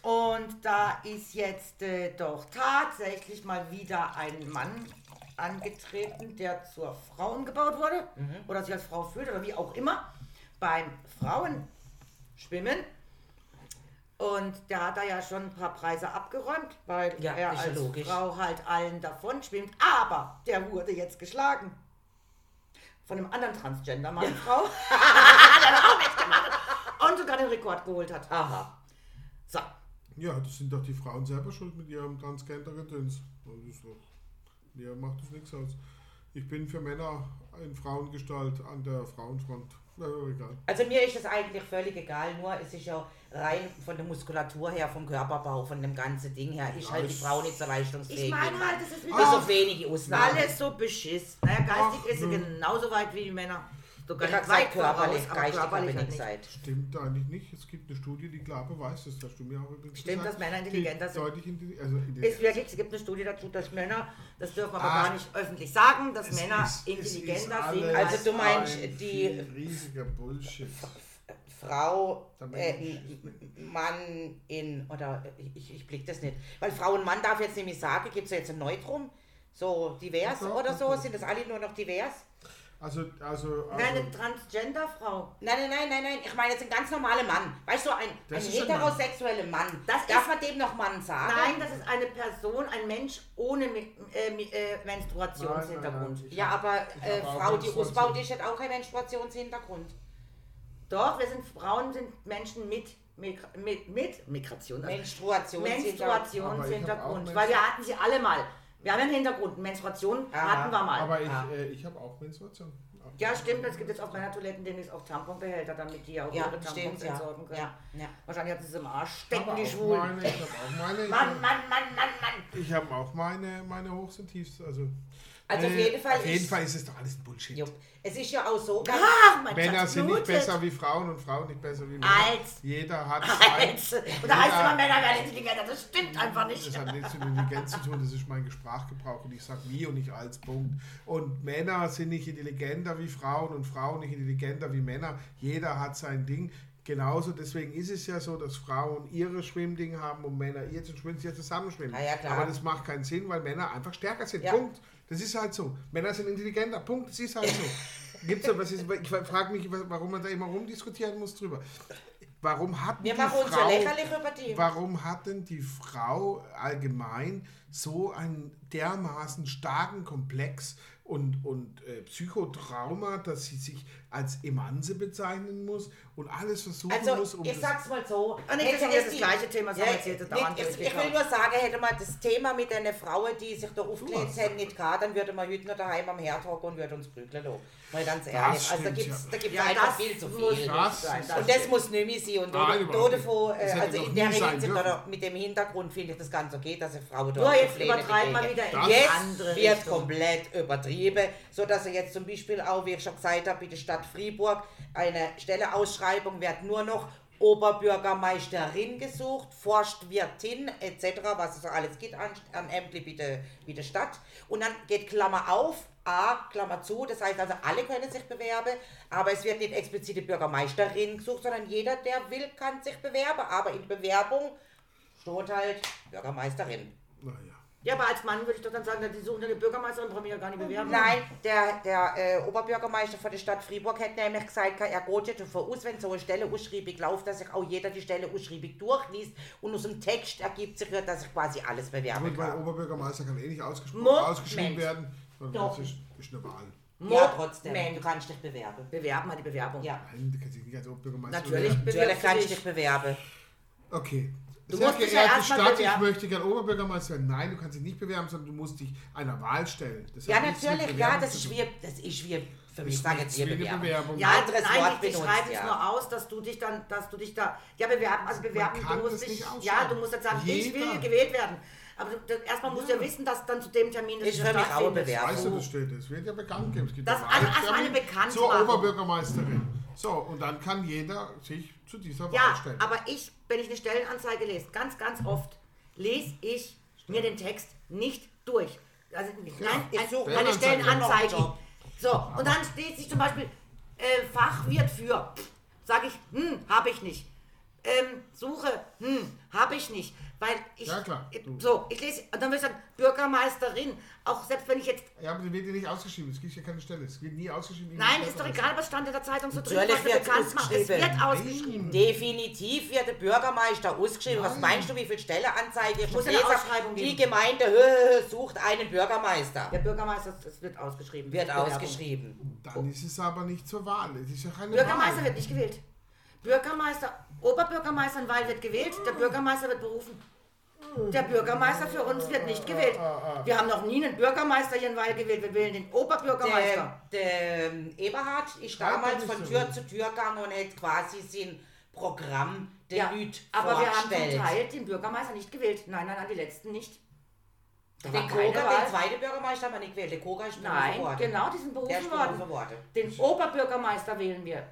Speaker 3: Und da ist jetzt äh, doch tatsächlich mal wieder ein Mann angetreten, der zur Frau umgebaut wurde
Speaker 1: Mhm.
Speaker 3: oder sich als Frau fühlt oder wie auch immer beim Frauenschwimmen. Und der hat da ja schon ein paar Preise abgeräumt, weil
Speaker 1: Ja,
Speaker 3: er
Speaker 1: ist ja
Speaker 3: als
Speaker 1: logisch.
Speaker 3: Frau halt allen davon schwimmt. Aber der wurde jetzt geschlagen von einem anderen Transgender-Mann, Frau, der das auch mitgemacht hat und sogar den Rekord geholt hat.
Speaker 1: Aha.
Speaker 3: So,
Speaker 2: Ja, das sind doch die Frauen selber schuld mit ihrem Transgender-Gedöns. Das ist doch. Ja, macht das nichts aus. Ich bin für Männer in Frauengestalt an der Frauenfront. Na, egal.
Speaker 1: Also mir ist es eigentlich völlig egal, nur es ist ja rein von der Muskulatur her, vom Körperbau, von dem ganzen Ding her, ist halt die
Speaker 2: ich-
Speaker 1: Frau nicht so leistungsfähig.
Speaker 3: ich meine halt, es ist wieder
Speaker 1: Bis auf wenige Ausnahmen.
Speaker 3: alles so beschiss. Naja, geistig
Speaker 2: Ach,
Speaker 3: ist sie
Speaker 2: nö.
Speaker 3: genauso weit wie die Männer. Sogar
Speaker 1: Ich hab
Speaker 3: nicht
Speaker 1: gesagt,
Speaker 3: weit voraus,
Speaker 1: körperlich,
Speaker 3: aber
Speaker 1: geistig habe ich
Speaker 3: körperlich halt
Speaker 1: nicht
Speaker 3: nicht.
Speaker 1: gesagt.
Speaker 2: Stimmt eigentlich nicht. Es gibt eine Studie, die klar beweist, das hast du mir auch übrigens
Speaker 3: Stimmt,
Speaker 2: gesagt,
Speaker 3: dass Männer intelligenter
Speaker 2: die
Speaker 3: sind.
Speaker 2: Deutlich intelli- also
Speaker 3: Ist
Speaker 2: intelligent.
Speaker 3: wirklich, es gibt eine Studie dazu, dass Männer, das dürfen wir aber
Speaker 2: Ah.
Speaker 3: gar nicht öffentlich sagen, dass
Speaker 2: Es
Speaker 3: Männer
Speaker 2: ist- es ist
Speaker 3: intelligenter
Speaker 2: alles
Speaker 3: sind als
Speaker 1: Also du meinst, die-
Speaker 2: ein viel riesiger Bullshit.
Speaker 1: Frau,
Speaker 2: Der Mensch
Speaker 1: äh,
Speaker 2: ist
Speaker 1: Mann in, oder äh, ich, ich blick das nicht. Weil Frau und Mann darf jetzt nämlich sagen, gibt es ja jetzt ein Neutrum? So divers
Speaker 2: Ach so,
Speaker 1: oder so?
Speaker 2: okay.
Speaker 1: Sind das alle nur noch divers?
Speaker 2: Also, also, also
Speaker 3: Nein, eine Transgender-Frau.
Speaker 1: Nein, nein, nein, nein, nein. Ich meine jetzt ein ganz normaler Mann. Weißt du, ein, ein
Speaker 2: Das ist ein Mann.
Speaker 1: heterosexueller Mann.
Speaker 3: Das
Speaker 1: darf
Speaker 3: ist-
Speaker 1: man dem noch Mann sagen?
Speaker 3: Nein, das ist eine Person, ein Mensch ohne Mi- äh, Mi- äh, Menstruationshintergrund.
Speaker 2: Nein, nein, nein.
Speaker 1: Ja, aber
Speaker 2: Ich
Speaker 1: äh,
Speaker 2: hab auch
Speaker 1: Frau, die
Speaker 2: Menstruation.
Speaker 1: ausbaut, die hat auch keinen Menstruationshintergrund.
Speaker 3: Doch, wir sind Frauen, sind Menschen mit, Migra- mit, mit Migration. Also
Speaker 1: Menstruationshintergrund.
Speaker 2: Aber ich
Speaker 3: Menstruationshintergrund.
Speaker 2: hab auch
Speaker 3: Weil wir hatten sie alle mal. Wir haben einen Hintergrund. Menstruation
Speaker 1: Aha.
Speaker 3: hatten wir mal.
Speaker 2: aber ich,
Speaker 1: Ah.
Speaker 2: äh, ich habe auch Menstruation.
Speaker 3: ja, stimmt. Es gibt jetzt auf meiner Toilette demnächst auch Tamponbehälter, damit die auch
Speaker 1: Ja,
Speaker 3: ihre Tampons
Speaker 1: stimmt, ja.
Speaker 3: entsorgen können.
Speaker 1: ja. ja.
Speaker 3: Wahrscheinlich hat sie es im Arsch
Speaker 2: Ich habe
Speaker 3: stecken, die
Speaker 2: auch
Speaker 3: Schwulen.
Speaker 2: meine, ich habe auch meine. Ich
Speaker 3: Mann,
Speaker 2: hab-
Speaker 3: Mann, Mann, Mann, Mann.
Speaker 2: Ich habe auch meine, meine Hochs und Tiefs. Also,
Speaker 1: Also auf jeden Fall
Speaker 4: Auf jeden
Speaker 1: ist-
Speaker 4: Fall ist es doch alles ein Bullshit.
Speaker 1: Jupp. Es ist ja auch so, weil
Speaker 3: Ah, mein
Speaker 2: Männer
Speaker 3: Schatz
Speaker 2: sind nicht
Speaker 3: blutet.
Speaker 2: besser wie Frauen und Frauen nicht besser wie Männer.
Speaker 3: Als-
Speaker 2: Jeder hat
Speaker 3: Als.
Speaker 2: sein.
Speaker 3: Und da heißt es immer, Männer werden intelligenter. Das stimmt einfach nicht.
Speaker 2: Das hat nichts mit Intelligenz zu tun, das ist mein Sprachgebrauch und ich sage wie und nicht als Punkt. Und Männer sind nicht intelligenter wie Frauen und Frauen nicht intelligenter wie Männer. Jeder hat sein Ding. Genauso, deswegen ist es ja so, dass Frauen ihre Schwimmding haben und Männer ihr zum Schwimmen, sie zusammenschwimmen.
Speaker 1: Ah ja, klar.
Speaker 2: Aber das macht keinen Sinn, weil Männer einfach stärker sind.
Speaker 1: Ja.
Speaker 2: Punkt. Das ist halt so. Männer sind intelligenter. Punkt. Das ist halt so. Gibt's ja, was ist, ich frage mich, warum man da immer rumdiskutieren muss drüber. Warum hat
Speaker 1: wir
Speaker 2: die
Speaker 1: machen uns ja
Speaker 2: Frau-
Speaker 1: lächerlich über die.
Speaker 2: Warum hat denn die Frau allgemein so einen dermaßen starken Komplex und, und äh, Psychotrauma, dass sie sich als Emanze bezeichnen muss und alles versuchen muss,
Speaker 1: Also,
Speaker 2: um
Speaker 1: ich
Speaker 2: das-
Speaker 1: sag's mal so.
Speaker 3: nee,
Speaker 1: hätte
Speaker 3: das ist halt jetzt
Speaker 1: es
Speaker 3: das
Speaker 1: die-
Speaker 3: gleiche Thema, das haben wir jetzt hier dauernd
Speaker 1: ich, ich will
Speaker 3: durchgekaut.
Speaker 1: nur sagen, hätte man das Thema mit einer Frau, die sich da aufgelehnt
Speaker 2: hast-
Speaker 1: hätte, nicht gehabt, dann würde man heute noch daheim am Herd hocken und würde uns prügeln lassen. Mal ganz
Speaker 2: Das
Speaker 1: ehrlich. Also, da
Speaker 2: stimmt,
Speaker 1: gibt's,
Speaker 2: ja.
Speaker 1: da gibt's
Speaker 3: Ja,
Speaker 1: einfach
Speaker 3: das
Speaker 1: viel zu
Speaker 3: muss
Speaker 1: viel.
Speaker 2: das
Speaker 3: sein,
Speaker 2: ist-
Speaker 3: das-
Speaker 1: Und das muss nicht mehr sein. Und da,
Speaker 2: Nein,
Speaker 1: da
Speaker 2: überhaupt nicht.
Speaker 1: davon, äh,
Speaker 2: Das hätte
Speaker 1: also
Speaker 2: doch
Speaker 1: in der
Speaker 2: nie sein
Speaker 1: Hinsicht
Speaker 2: dürfen.
Speaker 1: oder mit dem Hintergrund finde ich das ganz okay, dass eine Frau da
Speaker 3: Nur
Speaker 1: auf
Speaker 3: jetzt
Speaker 1: Pläne
Speaker 3: übertreiben wir
Speaker 1: geht.
Speaker 3: wieder in
Speaker 2: Das-
Speaker 3: die
Speaker 1: Jetzt
Speaker 3: andere
Speaker 1: wird
Speaker 3: Richtung.
Speaker 1: komplett übertrieben, sodass er jetzt zum Beispiel auch, wie ich schon gesagt habe, in der Stadt Fribourg eine Stelleausschreibung wird nur noch Oberbürgermeisterin gesucht, Forstwirtin etc., was es so alles gibt an, an Ämtli wie der, wie der Stadt. Und dann geht Klammer auf, A, Klammer zu, das heißt also alle können sich bewerben, aber es wird nicht explizite Bürgermeisterin gesucht, sondern jeder, der will, kann sich bewerben, aber in der Bewerbung steht halt Bürgermeisterin.
Speaker 2: Naja.
Speaker 3: Ja, aber als Mann würde ich doch dann sagen, die suchen eine Bürgermeisterin, brauchen wir ja gar nicht bewerben.
Speaker 1: Nein, der, der äh, Oberbürgermeister von der Stadt Fribourg hat nämlich gesagt, er geht jetzt davon aus, wenn so eine Stelle ausschriebig läuft, dass sich auch jeder die Stelle ausschriebig durchliest und aus dem Text ergibt sich ja, dass ich quasi alles bewerben
Speaker 2: Gut, weil
Speaker 1: kann.
Speaker 2: Oberbürgermeister kann eh nicht ausgeschrieben,
Speaker 3: Moment.
Speaker 2: ausgeschrieben werden. sondern
Speaker 1: Doch.
Speaker 2: Das ist, ist eine Wahl.
Speaker 1: Ja, trotzdem, du
Speaker 3: Moment.
Speaker 1: kannst dich bewerben.
Speaker 3: Bewerben hat die Bewerbung.
Speaker 1: Ja.
Speaker 2: Nein, du kannst dich nicht als Oberbürgermeister bewerben.
Speaker 3: Natürlich
Speaker 1: Natürlich
Speaker 3: Bewerbst du
Speaker 1: kannst du
Speaker 3: dich?
Speaker 1: dich bewerben.
Speaker 2: Okay.
Speaker 3: Du
Speaker 2: Sehr
Speaker 3: musst dich ja
Speaker 2: geehrte
Speaker 3: erst mal
Speaker 2: Stadt, ich
Speaker 3: bewerben.
Speaker 2: möchte gern Oberbürgermeister werden. Nein, du kannst dich nicht bewerben, sondern du musst dich einer Wahl stellen. Das
Speaker 1: Ja,
Speaker 2: hat nichts mit
Speaker 1: natürlich, ja,
Speaker 2: Bewerbung
Speaker 1: das
Speaker 2: zu
Speaker 1: ist
Speaker 2: tun.
Speaker 1: wie, das ist wie, für
Speaker 2: Das
Speaker 1: mich
Speaker 2: ist
Speaker 1: sage jetzt
Speaker 2: nichts
Speaker 1: hier
Speaker 2: wie eine
Speaker 1: Bewerbung.
Speaker 2: Bewerbung.
Speaker 1: Ja,
Speaker 3: Ja,
Speaker 1: anderes
Speaker 3: nein,
Speaker 1: Wort
Speaker 3: die
Speaker 1: benutzt,
Speaker 3: schreiben es
Speaker 1: ja.
Speaker 3: nur aus, dass du dich dann, dass du dich da, ja, bewerben, also bewerben,
Speaker 2: kann
Speaker 3: du musst
Speaker 2: das
Speaker 3: dich,
Speaker 2: nicht
Speaker 3: ja,
Speaker 2: ausschreiben.
Speaker 3: du musst jetzt sagen, ich
Speaker 2: Jeder.
Speaker 3: will gewählt werden. Aber du, das, erstmal musst du ja wissen, dass dann zu dem Termin das
Speaker 1: Ich will mich auch
Speaker 3: stattfindet.
Speaker 1: bewerben.
Speaker 2: Weißt du, das steht, es wird ja bekannt gegeben. Es gibt
Speaker 3: Das-
Speaker 2: eine
Speaker 3: also
Speaker 2: Wahl-
Speaker 3: erst mal eine Bekanntmachung.
Speaker 2: Zur Oberbürgermeisterin. So, und dann kann jeder sich zu dieser Wahl
Speaker 3: Ja,
Speaker 2: stellen.
Speaker 3: aber ich, wenn ich eine Stellenanzeige lese, ganz, ganz oft, lese ich mir den Text nicht durch. Also, nein,
Speaker 1: ich
Speaker 3: ein-
Speaker 1: suche
Speaker 3: meine
Speaker 2: Stellenanzeige.
Speaker 3: Stellenanzeige.
Speaker 1: Noch einen Job.
Speaker 3: So, und dann steht sich zum Beispiel äh, Fachwirt für. Sage ich, hm, habe ich nicht. Ähm, suche, hm, habe ich nicht. Weil ich.
Speaker 2: Ja, klar,
Speaker 3: ich-
Speaker 2: du.
Speaker 3: So, ich lese, und dann würde ich sagen, Bürgermeisterin. Auch selbst wenn ich jetzt.
Speaker 2: ja, aber die wird ja nicht ausgeschrieben. Es gibt ja keine Stelle. Es wird nie ausgeschrieben.
Speaker 3: Nein, ist doch egal, was stand in der Zeitung so drin,
Speaker 1: Natürlich
Speaker 3: was du
Speaker 1: wird's
Speaker 3: bekannt machst. Es
Speaker 1: ausgeschrieben.
Speaker 3: wird ausgeschrieben.
Speaker 1: Definitiv wird der Bürgermeister ausgeschrieben. Was
Speaker 2: Nein.
Speaker 1: meinst du, wie viel Stelleanzeige ich
Speaker 3: Muss
Speaker 1: schon
Speaker 3: eine
Speaker 1: lese?
Speaker 3: Ausschreibung
Speaker 1: Die
Speaker 3: geben.
Speaker 1: Gemeinde hö, hö, hö, sucht einen Bürgermeister.
Speaker 3: Der Bürgermeister, es wird ausgeschrieben.
Speaker 1: Wird
Speaker 3: Bewerbung.
Speaker 1: ausgeschrieben.
Speaker 2: Dann ist es aber nicht zur Wahl. Es ist ja keine
Speaker 3: Bürgermeister
Speaker 2: Wahl.
Speaker 3: wird nicht gewählt. Bürgermeister, Oberbürgermeister in Weil wird gewählt, der Bürgermeister wird berufen. Der Bürgermeister für uns wird nicht gewählt. Wir haben noch nie einen Bürgermeister hier in Weil gewählt. Wir wählen den Oberbürgermeister.
Speaker 1: Der, der ähm, Eberhard ist
Speaker 2: Schreibt
Speaker 1: damals
Speaker 2: doch nicht
Speaker 1: von
Speaker 2: so.
Speaker 1: Tür zu Tür gegangen und hat quasi sein Programm den
Speaker 3: Ja,
Speaker 1: Leuten
Speaker 3: aber wir haben
Speaker 1: vorgestellt.
Speaker 3: zum Teil den Bürgermeister nicht gewählt. Nein, nein, nein, die letzten nicht. Da war
Speaker 1: den
Speaker 3: keine
Speaker 1: Koger,
Speaker 3: Wahl.
Speaker 1: den zweiten Bürgermeister haben wir nicht gewählt. Der Koger ist berufen
Speaker 3: Nein,
Speaker 1: worden.
Speaker 3: genau, die sind
Speaker 1: Der ist
Speaker 3: berufen
Speaker 1: berufen
Speaker 3: worden.
Speaker 1: worden.
Speaker 3: Den Oberbürgermeister wählen wir.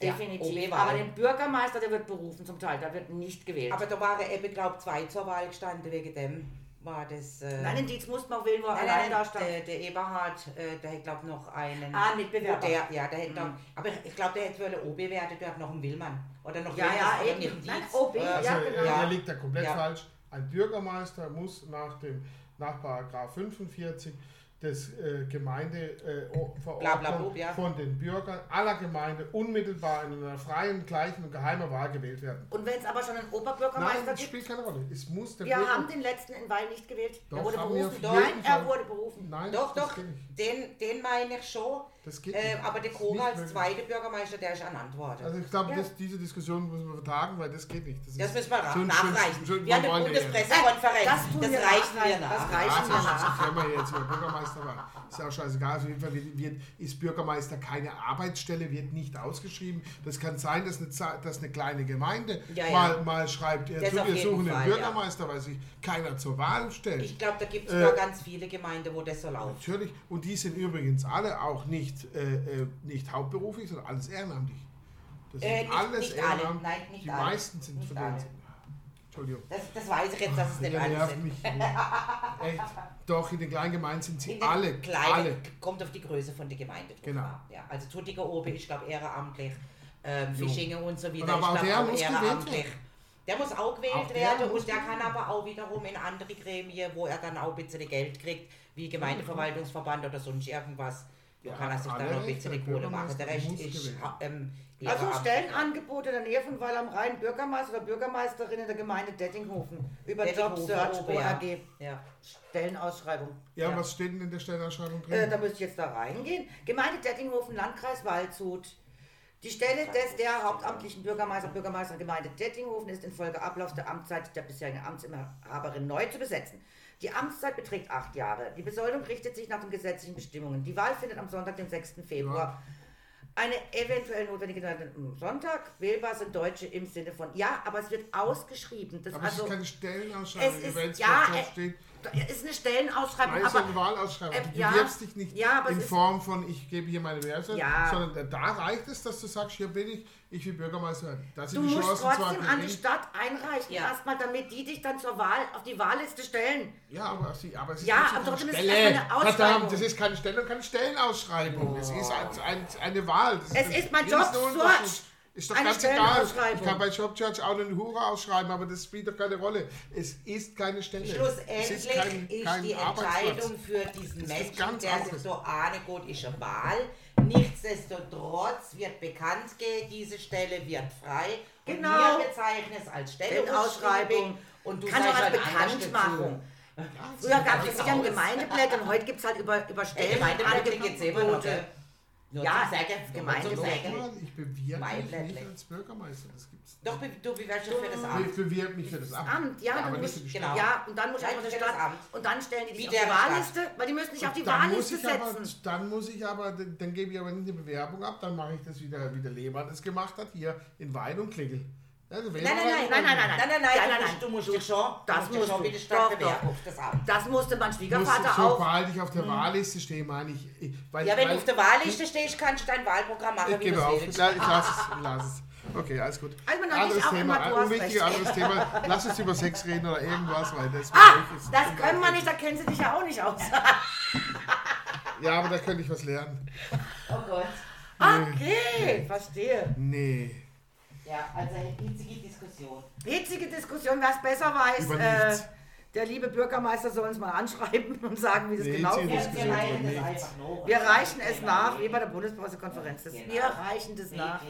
Speaker 1: Ja,
Speaker 3: Definitiv.
Speaker 1: OB-Wahl.
Speaker 3: aber den Bürgermeister, der wird berufen zum Teil, da wird nicht gewählt.
Speaker 1: Aber da waren eben, glaube ich, zwei zur Wahl gestanden. Wegen dem war das... Äh,
Speaker 3: nein, den Dietz mussten wir auch wählen, wo er
Speaker 1: Nein, nein,
Speaker 3: allein da stand.
Speaker 1: der, der Eberhard, äh, der hätte glaube noch einen.
Speaker 3: Ah, nicht Mhm. Bewerber.
Speaker 1: Wo Der, ja, der hätte noch, aber ich, ich glaube, der hätte wohl OB werden dürfen, noch einen Willmann. Oder noch
Speaker 3: Ja, ja,
Speaker 1: oder
Speaker 3: eben.
Speaker 1: noch einen
Speaker 3: Nein,
Speaker 1: Dietz.
Speaker 3: OB,
Speaker 1: Äh,
Speaker 2: Also,
Speaker 3: Ja, genau.
Speaker 2: äh,
Speaker 1: Ja.
Speaker 2: er liegt da komplett
Speaker 1: Ja.
Speaker 2: falsch. Ein Bürgermeister muss nach dem nach Paragraph 45 des äh, Gemeindeverordnung
Speaker 1: Bla, bla, blub, ja.
Speaker 2: von den Bürgern aller Gemeinde unmittelbar in einer freien, gleichen und geheimen Wahl gewählt werden.
Speaker 3: Und wenn es aber schon einen
Speaker 2: Nein,
Speaker 3: Oberbürgermeister
Speaker 2: das
Speaker 3: gibt,
Speaker 2: spielt keine Rolle. Es muss der
Speaker 3: wir
Speaker 2: Bürger-
Speaker 3: haben den letzten in Weil nicht gewählt.
Speaker 2: Doch,
Speaker 3: er wurde
Speaker 2: haben wir
Speaker 3: berufen.
Speaker 2: auf jeden
Speaker 3: Nein, er
Speaker 2: Fall.
Speaker 3: wurde berufen.
Speaker 2: Nein,
Speaker 1: Doch,
Speaker 2: das
Speaker 1: doch,
Speaker 2: kenn ich.
Speaker 1: den, den meine ich schon.
Speaker 2: Das geht
Speaker 1: Äh,
Speaker 2: nicht.
Speaker 1: aber der
Speaker 2: Das ist
Speaker 1: Koga
Speaker 2: nicht
Speaker 1: als
Speaker 2: möglich.
Speaker 1: zweiter Bürgermeister, der ist ernannt worden.
Speaker 2: Also ich glaube,
Speaker 3: Ja.
Speaker 2: das- diese Diskussion müssen wir vertagen, weil das geht nicht.
Speaker 1: das
Speaker 2: ist
Speaker 1: müssen wir ra-
Speaker 2: so ein- so ein-
Speaker 1: nachreichen.
Speaker 2: so ein-
Speaker 1: wir haben eine
Speaker 2: wollen ja
Speaker 1: Bundespressekonferenz.
Speaker 3: Das
Speaker 1: Das,
Speaker 3: tun wir
Speaker 1: reichen
Speaker 3: nach.
Speaker 1: wir
Speaker 3: Das
Speaker 1: nach.
Speaker 2: Ja,
Speaker 3: reichen
Speaker 2: ist
Speaker 3: wir
Speaker 2: ja
Speaker 3: nach.
Speaker 2: schon, wenn wir jetzt über Bürgermeister waren. Ist ja auch scheißegal. Auf jeden Fall wird, wird, ist Bürgermeister keine Arbeitsstelle, wird nicht ausgeschrieben. Das kann sein, dass eine, Za- dass eine kleine Gemeinde
Speaker 1: Ja, ja.
Speaker 2: Mal, mal schreibt, ja,
Speaker 1: Das
Speaker 2: zu,
Speaker 1: auf
Speaker 2: wir
Speaker 1: jeden
Speaker 2: suchen
Speaker 1: Fall,
Speaker 2: den
Speaker 1: ja.
Speaker 2: Bürgermeister, weil sich keiner zur Wahl stellt.
Speaker 1: Ich glaube, da gibt es
Speaker 2: Äh,
Speaker 1: sogar ganz viele Gemeinden, wo das so läuft.
Speaker 2: Natürlich. Und die sind übrigens alle auch nicht, äh, äh, nicht hauptberuflich, sondern alles ehrenamtlich. Das
Speaker 1: Äh,
Speaker 2: sind
Speaker 1: nicht-
Speaker 2: alles
Speaker 1: nicht alle.
Speaker 2: ehrenamtlich.
Speaker 1: Nein, nicht
Speaker 2: die
Speaker 1: alle.
Speaker 2: meisten sind
Speaker 1: Nicht
Speaker 2: von denen.
Speaker 1: alle.
Speaker 2: Entschuldigung.
Speaker 1: Das, das weiß ich jetzt, dass es nicht
Speaker 2: Ihr
Speaker 1: alle
Speaker 2: nervt
Speaker 1: sind.
Speaker 2: mich. Echt. Doch, in den kleinen Gemeinden sind sie
Speaker 1: In den
Speaker 2: alle.
Speaker 1: kleinen
Speaker 2: Alle.
Speaker 1: Kommt auf die Größe von der Gemeinde drauf.
Speaker 2: Genau.
Speaker 1: an. Ja, also Tuttiger Obe, ich glaube ehrenamtlich, ähm,
Speaker 2: Jo.
Speaker 1: Fischingen und so
Speaker 2: Und
Speaker 1: wieder.
Speaker 2: aber
Speaker 1: ich
Speaker 2: auch der
Speaker 1: glaube
Speaker 2: muss gewählt werden.
Speaker 1: Der muss auch gewählt
Speaker 2: Auch der
Speaker 1: werden
Speaker 2: muss
Speaker 1: und der
Speaker 2: gewählt
Speaker 1: kann aber auch wiederum in andere Gremien, wo er dann auch ein bisschen Geld kriegt, wie Gemeindeverwaltungsverband oder sonst irgendwas. Da
Speaker 2: Ja,
Speaker 1: kann er sich
Speaker 2: alle
Speaker 1: dann noch ein
Speaker 2: recht,
Speaker 1: bisschen
Speaker 2: der
Speaker 1: Kohle machen. Der Rest
Speaker 2: Bürgermeister muss
Speaker 1: ist
Speaker 2: gewählt
Speaker 1: ha- ähm,
Speaker 3: Also
Speaker 1: ehrenamtlich.
Speaker 3: Stellenangebote in der Nähe von Weil am Rhein, Bürgermeister oder Bürgermeisterin in der Gemeinde Dettinghofen über
Speaker 1: Dettinghofen,
Speaker 3: Jobsearch
Speaker 1: Ober, ja.
Speaker 3: ORG.
Speaker 1: Ja.
Speaker 3: Stellenausschreibung.
Speaker 2: Ja, was steht denn in der Stellenausschreibung drin?
Speaker 3: Äh, da müsste ich jetzt da reingehen. Gemeinde Dettinghofen, Landkreis Waldshut. Die Stelle des der hauptamtlichen Bürgermeister und Bürgermeisterin Gemeinde Dettinghofen ist infolge Ablauf der Amtszeit der bisherigen Amtsinhaberin neu zu besetzen. Die Amtszeit beträgt acht Jahre. Die Besoldung richtet sich nach den gesetzlichen Bestimmungen. Die Wahl findet am Sonntag, dem 6. Februar. Eine eventuell notwendige Wahl am Sonntag. Wählbar sind Deutsche im Sinne von ja, aber es wird ausgeschrieben. Das
Speaker 2: aber
Speaker 3: also,
Speaker 2: es ist keine Stellenausschreibung,
Speaker 3: es ist-
Speaker 2: wenn es
Speaker 3: ja,
Speaker 2: dort
Speaker 3: äh,
Speaker 2: steht.
Speaker 3: es ist eine Stellenausschreibung,
Speaker 2: Nein, es ist
Speaker 3: aber
Speaker 2: eine Wahlausschreibung.
Speaker 3: äh,
Speaker 2: du
Speaker 3: ja.
Speaker 2: bewirbst dich nicht
Speaker 3: Ja, aber es
Speaker 2: in
Speaker 3: ist-
Speaker 2: Form von, ich gebe hier meine Werte,
Speaker 3: Ja.
Speaker 2: sondern äh, da reicht es, dass du sagst, hier bin ich, ich will Bürgermeister werden. Das sind
Speaker 3: Du
Speaker 2: die
Speaker 3: musst
Speaker 2: Chancen zwar
Speaker 3: trotzdem an die
Speaker 2: gering,
Speaker 3: Stadt einreichen,
Speaker 1: Ja.
Speaker 3: erstmal, damit die dich dann zur Wahl auf die Wahlliste stellen.
Speaker 2: Ja, aber, sie, aber es ist
Speaker 3: Ja,
Speaker 2: trotzdem
Speaker 3: aber trotzdem ist es
Speaker 2: keine Stelle.
Speaker 3: erstmal eine Ausschreibung. Oh.
Speaker 2: Verdammt, das ist keine Stelle und keine Stellenausschreibung. Es ist ein, ein, eine Wahl. Das
Speaker 3: Es
Speaker 2: das
Speaker 3: ist mein
Speaker 2: mindeste
Speaker 3: Job,
Speaker 2: Unterschied.
Speaker 3: Search.
Speaker 2: Ist doch
Speaker 3: Eine
Speaker 2: ganz egal.
Speaker 3: Stellenausschreibung.
Speaker 2: Ich kann bei Job Church auch einen Hura ausschreiben, aber das spielt doch keine Rolle. Es ist keine Stelle. es
Speaker 1: Schlussendlich
Speaker 2: ist
Speaker 1: ist,
Speaker 2: kein, kein
Speaker 1: die
Speaker 2: Arbeitsplatz.
Speaker 1: Entscheidung für diesen
Speaker 2: ist
Speaker 1: Menschen,
Speaker 2: ganz
Speaker 1: der sich
Speaker 2: anderes.
Speaker 1: so ahnegut ist, eine Wahl. Nichtsdestotrotz wird bekannt gegeben, diese Stelle wird frei. Und
Speaker 3: Genau.
Speaker 1: wir bezeichnen es als
Speaker 3: Stellenausschreibung.
Speaker 1: Stellenausschreibung. Und du
Speaker 3: Kann
Speaker 1: sagst
Speaker 3: auch als
Speaker 1: halt anders
Speaker 3: Bekanntmachung.
Speaker 1: dazu.
Speaker 3: Früher gab es
Speaker 1: das
Speaker 3: ja
Speaker 1: aus.
Speaker 3: Gemeindeblätter und heute gibt es halt über, über
Speaker 1: Ey,
Speaker 3: Stellen.
Speaker 1: Gemeindeblätter gibt es immer noch. gell? Nur
Speaker 3: Ja,
Speaker 1: zum Sagen,
Speaker 3: Gemeindeblätter.
Speaker 1: nur zum Sagen.
Speaker 2: Nochmal, Ich bewirbe
Speaker 1: Mein
Speaker 2: mich nicht
Speaker 1: Blättling.
Speaker 2: als Bürgermeister. Das gibt's nicht.
Speaker 1: Doch, be- du bewerbst dich für das
Speaker 2: Ich
Speaker 1: Amt.
Speaker 2: bewirbe mich für das Amt.
Speaker 3: Amt, ja,
Speaker 2: aber
Speaker 3: du
Speaker 2: nicht
Speaker 3: musst,
Speaker 2: für die
Speaker 1: genau.
Speaker 2: Stelle.
Speaker 3: ja, und dann muss
Speaker 1: Ja,
Speaker 3: einfach
Speaker 1: das
Speaker 3: die
Speaker 1: ist das
Speaker 3: Stadt
Speaker 1: Amt.
Speaker 3: und dann stellen die
Speaker 1: Wie
Speaker 3: dich auf
Speaker 1: der
Speaker 3: die
Speaker 1: Stadt.
Speaker 3: Wahlliste, weil die müssen dich auf die
Speaker 2: dann muss
Speaker 3: Wahlliste
Speaker 2: ich aber,
Speaker 3: setzen.
Speaker 2: dann muss ich aber, dann, dann gebe ich aber nicht eine Bewerbung ab, dann mache ich das wieder, wie der Lehmann das gemacht hat, hier in Wein und Klingel. Also nein,
Speaker 3: nein, nein, nein,
Speaker 1: Nein, nein, nein,
Speaker 3: Ja, nein,
Speaker 1: du
Speaker 3: nein.
Speaker 1: musst- du musst dich schon, du
Speaker 3: Das
Speaker 1: musst dich
Speaker 3: musst
Speaker 1: schon
Speaker 3: du.
Speaker 1: bitte stark
Speaker 3: Doch,
Speaker 1: bewerben
Speaker 3: doch.
Speaker 1: auf das Amt.
Speaker 3: Das musste mein
Speaker 2: Muss,
Speaker 3: Schwiegervater auch.
Speaker 2: sobald ich auf der Wahlliste stehe, meine ich, ich weil,
Speaker 1: Ja, wenn du
Speaker 2: weil,
Speaker 1: auf der Wahlliste stehst, kannst du dein Wahlprogramm machen,
Speaker 2: ich
Speaker 1: wie du
Speaker 2: gebe auf, ich
Speaker 1: willst.
Speaker 2: la- ich lasse es, ich lasse es. Okay, alles gut.
Speaker 3: Also man hat dich
Speaker 2: anderes
Speaker 3: auch
Speaker 2: Thema,
Speaker 3: immer, du
Speaker 2: ein
Speaker 3: hast
Speaker 2: unwichtig,
Speaker 3: recht.
Speaker 2: anderes Thema. Lass uns über Sex reden oder irgendwas, weil das
Speaker 3: Ah,
Speaker 2: ist-
Speaker 3: das können wir nicht, da kennen sie dich ja auch nicht aus.
Speaker 2: Ja, aber da könnte ich was lernen.
Speaker 1: Oh Gott.
Speaker 3: Okay, verstehe.
Speaker 2: Nee,
Speaker 1: Ja, also eine hitzige Diskussion.
Speaker 3: Hitzige Diskussion, wer es besser weiß,
Speaker 2: Über
Speaker 3: äh,
Speaker 2: nichts.
Speaker 3: der liebe Bürgermeister soll uns mal anschreiben und sagen, wie das
Speaker 2: Nee,
Speaker 3: genau
Speaker 2: hitzige
Speaker 3: geht.
Speaker 2: Diskussion. Wir reichen das
Speaker 1: einfach noch.
Speaker 3: Wir reichen es nach, wie bei der Bundespressekonferenz. Das,
Speaker 1: Genau.
Speaker 3: Wir reichen das nach.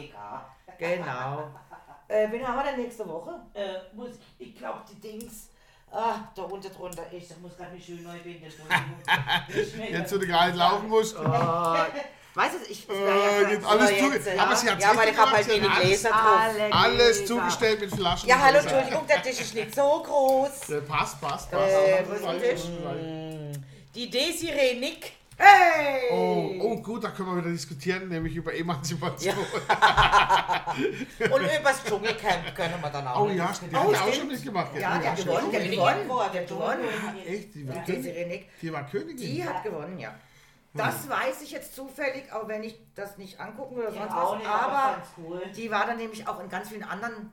Speaker 3: Genau. Äh, wen haben wir denn nächste Woche?
Speaker 1: Äh, muss, ich glaube, die Dings. Ah, da unten drunter ist. Ich muss gerade mich schön neu binden. Entschuldigung. Nicht mehr.
Speaker 2: jetzt wo du gar nicht laufen musst.
Speaker 3: Weißt du, ich.
Speaker 2: Äh, jetzt alles
Speaker 1: Aber
Speaker 2: zuge-
Speaker 1: jetzt, äh,
Speaker 2: aber sie hat's
Speaker 1: ja, aber
Speaker 2: richtig
Speaker 1: ich hab
Speaker 2: gemacht,
Speaker 1: halt
Speaker 2: sie hat
Speaker 1: wenig
Speaker 2: alles-
Speaker 1: Gläser drauf.
Speaker 3: alle
Speaker 2: Alles
Speaker 3: Gläser.
Speaker 2: zugestellt mit Flaschen.
Speaker 1: Ja,
Speaker 2: und
Speaker 1: hallo,
Speaker 2: Gläsern.
Speaker 1: Entschuldigung, der Tisch ist nicht so groß.
Speaker 2: Äh, Passt, passt, passt.
Speaker 3: Äh, wo ist
Speaker 2: Reicht,
Speaker 3: der Tisch?
Speaker 2: reicht.
Speaker 1: Die Desiree Nick.
Speaker 3: Hey!
Speaker 2: Oh, oh, gut, da können wir wieder diskutieren, nämlich über Emanzipation.
Speaker 1: Und übers Dschungelcamp können wir dann auch.
Speaker 2: Oh
Speaker 1: noch
Speaker 2: ja,
Speaker 1: diskutieren.
Speaker 2: die hat
Speaker 3: Oh,
Speaker 2: ja auch
Speaker 3: stimmt.
Speaker 2: schon mitgemacht.
Speaker 3: Ja,
Speaker 2: die
Speaker 3: der
Speaker 2: hat
Speaker 3: hat
Speaker 2: schon
Speaker 3: gewonnen, der hat
Speaker 2: mitgemacht.
Speaker 3: gewonnen, der hat gewonnen.
Speaker 2: Echt, die war,
Speaker 3: Ja,
Speaker 2: Königin.
Speaker 3: Desiree Nick,
Speaker 2: Die war Königin.
Speaker 3: die hat gewonnen, ja. Das weiß ich jetzt zufällig, auch wenn ich das nicht angucken oder sonst
Speaker 1: auch
Speaker 3: was.
Speaker 1: nicht, aber
Speaker 3: aber
Speaker 1: ganz cool.
Speaker 3: die war dann nämlich auch in ganz vielen anderen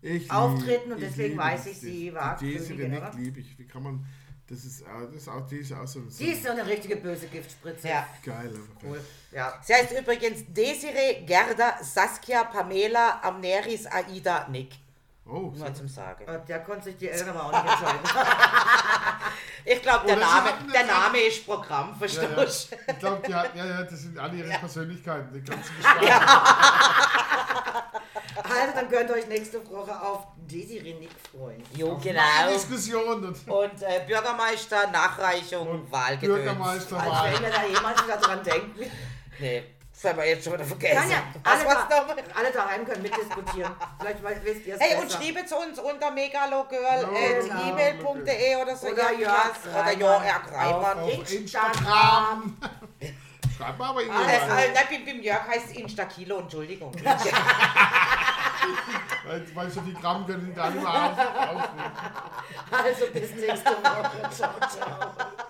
Speaker 2: Ich
Speaker 3: auftreten und
Speaker 2: ich
Speaker 3: deswegen
Speaker 2: liebe
Speaker 3: weiß
Speaker 2: die-
Speaker 3: ich, sie war
Speaker 2: Die Desiree
Speaker 3: Königin,
Speaker 2: Nick
Speaker 3: oder?
Speaker 2: liebe ich. Wie kann man, das ist, äh, das ist auch, die ist auch so, so
Speaker 3: Die ist so eine richtige böse Giftspritze.
Speaker 1: Ja.
Speaker 2: geil. einfach.
Speaker 3: Cool. Ja.
Speaker 1: Sie heißt übrigens Desiree, Gerda, Saskia, Pamela, Amneris, Aida, Nick.
Speaker 2: Oh, so.
Speaker 1: Nur zum Sagen.
Speaker 3: Und Ah, da konnte sich die Eltern aber auch nicht entscheiden.
Speaker 1: Ich glaube, der
Speaker 2: Oder sie
Speaker 1: Name,
Speaker 2: hatten
Speaker 1: der
Speaker 2: jetzt auch-
Speaker 1: Name ist Programm,
Speaker 2: Ja,
Speaker 1: verstehst
Speaker 2: ja.
Speaker 1: du?
Speaker 2: Ich glaube, ja, ja, ja, das sind alle ihre Persönlichkeiten. Die kannst du beschreiben.
Speaker 3: also, dann könnt ihr euch nächste Woche auf Desiree Nick freuen.
Speaker 1: Jo,
Speaker 2: Eine
Speaker 1: genau.
Speaker 2: Diskussion und
Speaker 3: Oh,
Speaker 1: Und äh, Bürgermeister, Nachreichung, Wahlgedöns.
Speaker 2: Bürgermeister
Speaker 1: Also,
Speaker 2: war.
Speaker 3: Wenn wir da jemals wieder dran denken.
Speaker 1: Nee, das haben wir jetzt schon wieder
Speaker 3: Kann
Speaker 1: vergessen.
Speaker 3: ja
Speaker 1: Was
Speaker 3: alle,
Speaker 1: war's
Speaker 3: da,
Speaker 1: nochmal?
Speaker 3: alle daheim können mitdiskutieren. Vielleicht we- wisst ihr es
Speaker 1: Hey,
Speaker 3: besser.
Speaker 1: und schriebe zu uns unter äh,
Speaker 2: genau,
Speaker 1: megalogirl.gmail.de oder so.
Speaker 3: Oder
Speaker 1: irgendwas.
Speaker 3: Jörg
Speaker 1: Oder
Speaker 3: Reimann.
Speaker 1: Jörg Reimann.
Speaker 2: Auf
Speaker 3: Instagram.
Speaker 2: Instagram. Schreibt mal aber
Speaker 1: Äh,
Speaker 2: E-Mail.
Speaker 1: äh, nein, beim, beim Jörg heißt es Instakilo, Entschuldigung.
Speaker 2: Weil- Weil so die Gramm können gar nicht mehr auf. auf
Speaker 3: Also bis nächste Woche. Ciao, ciao.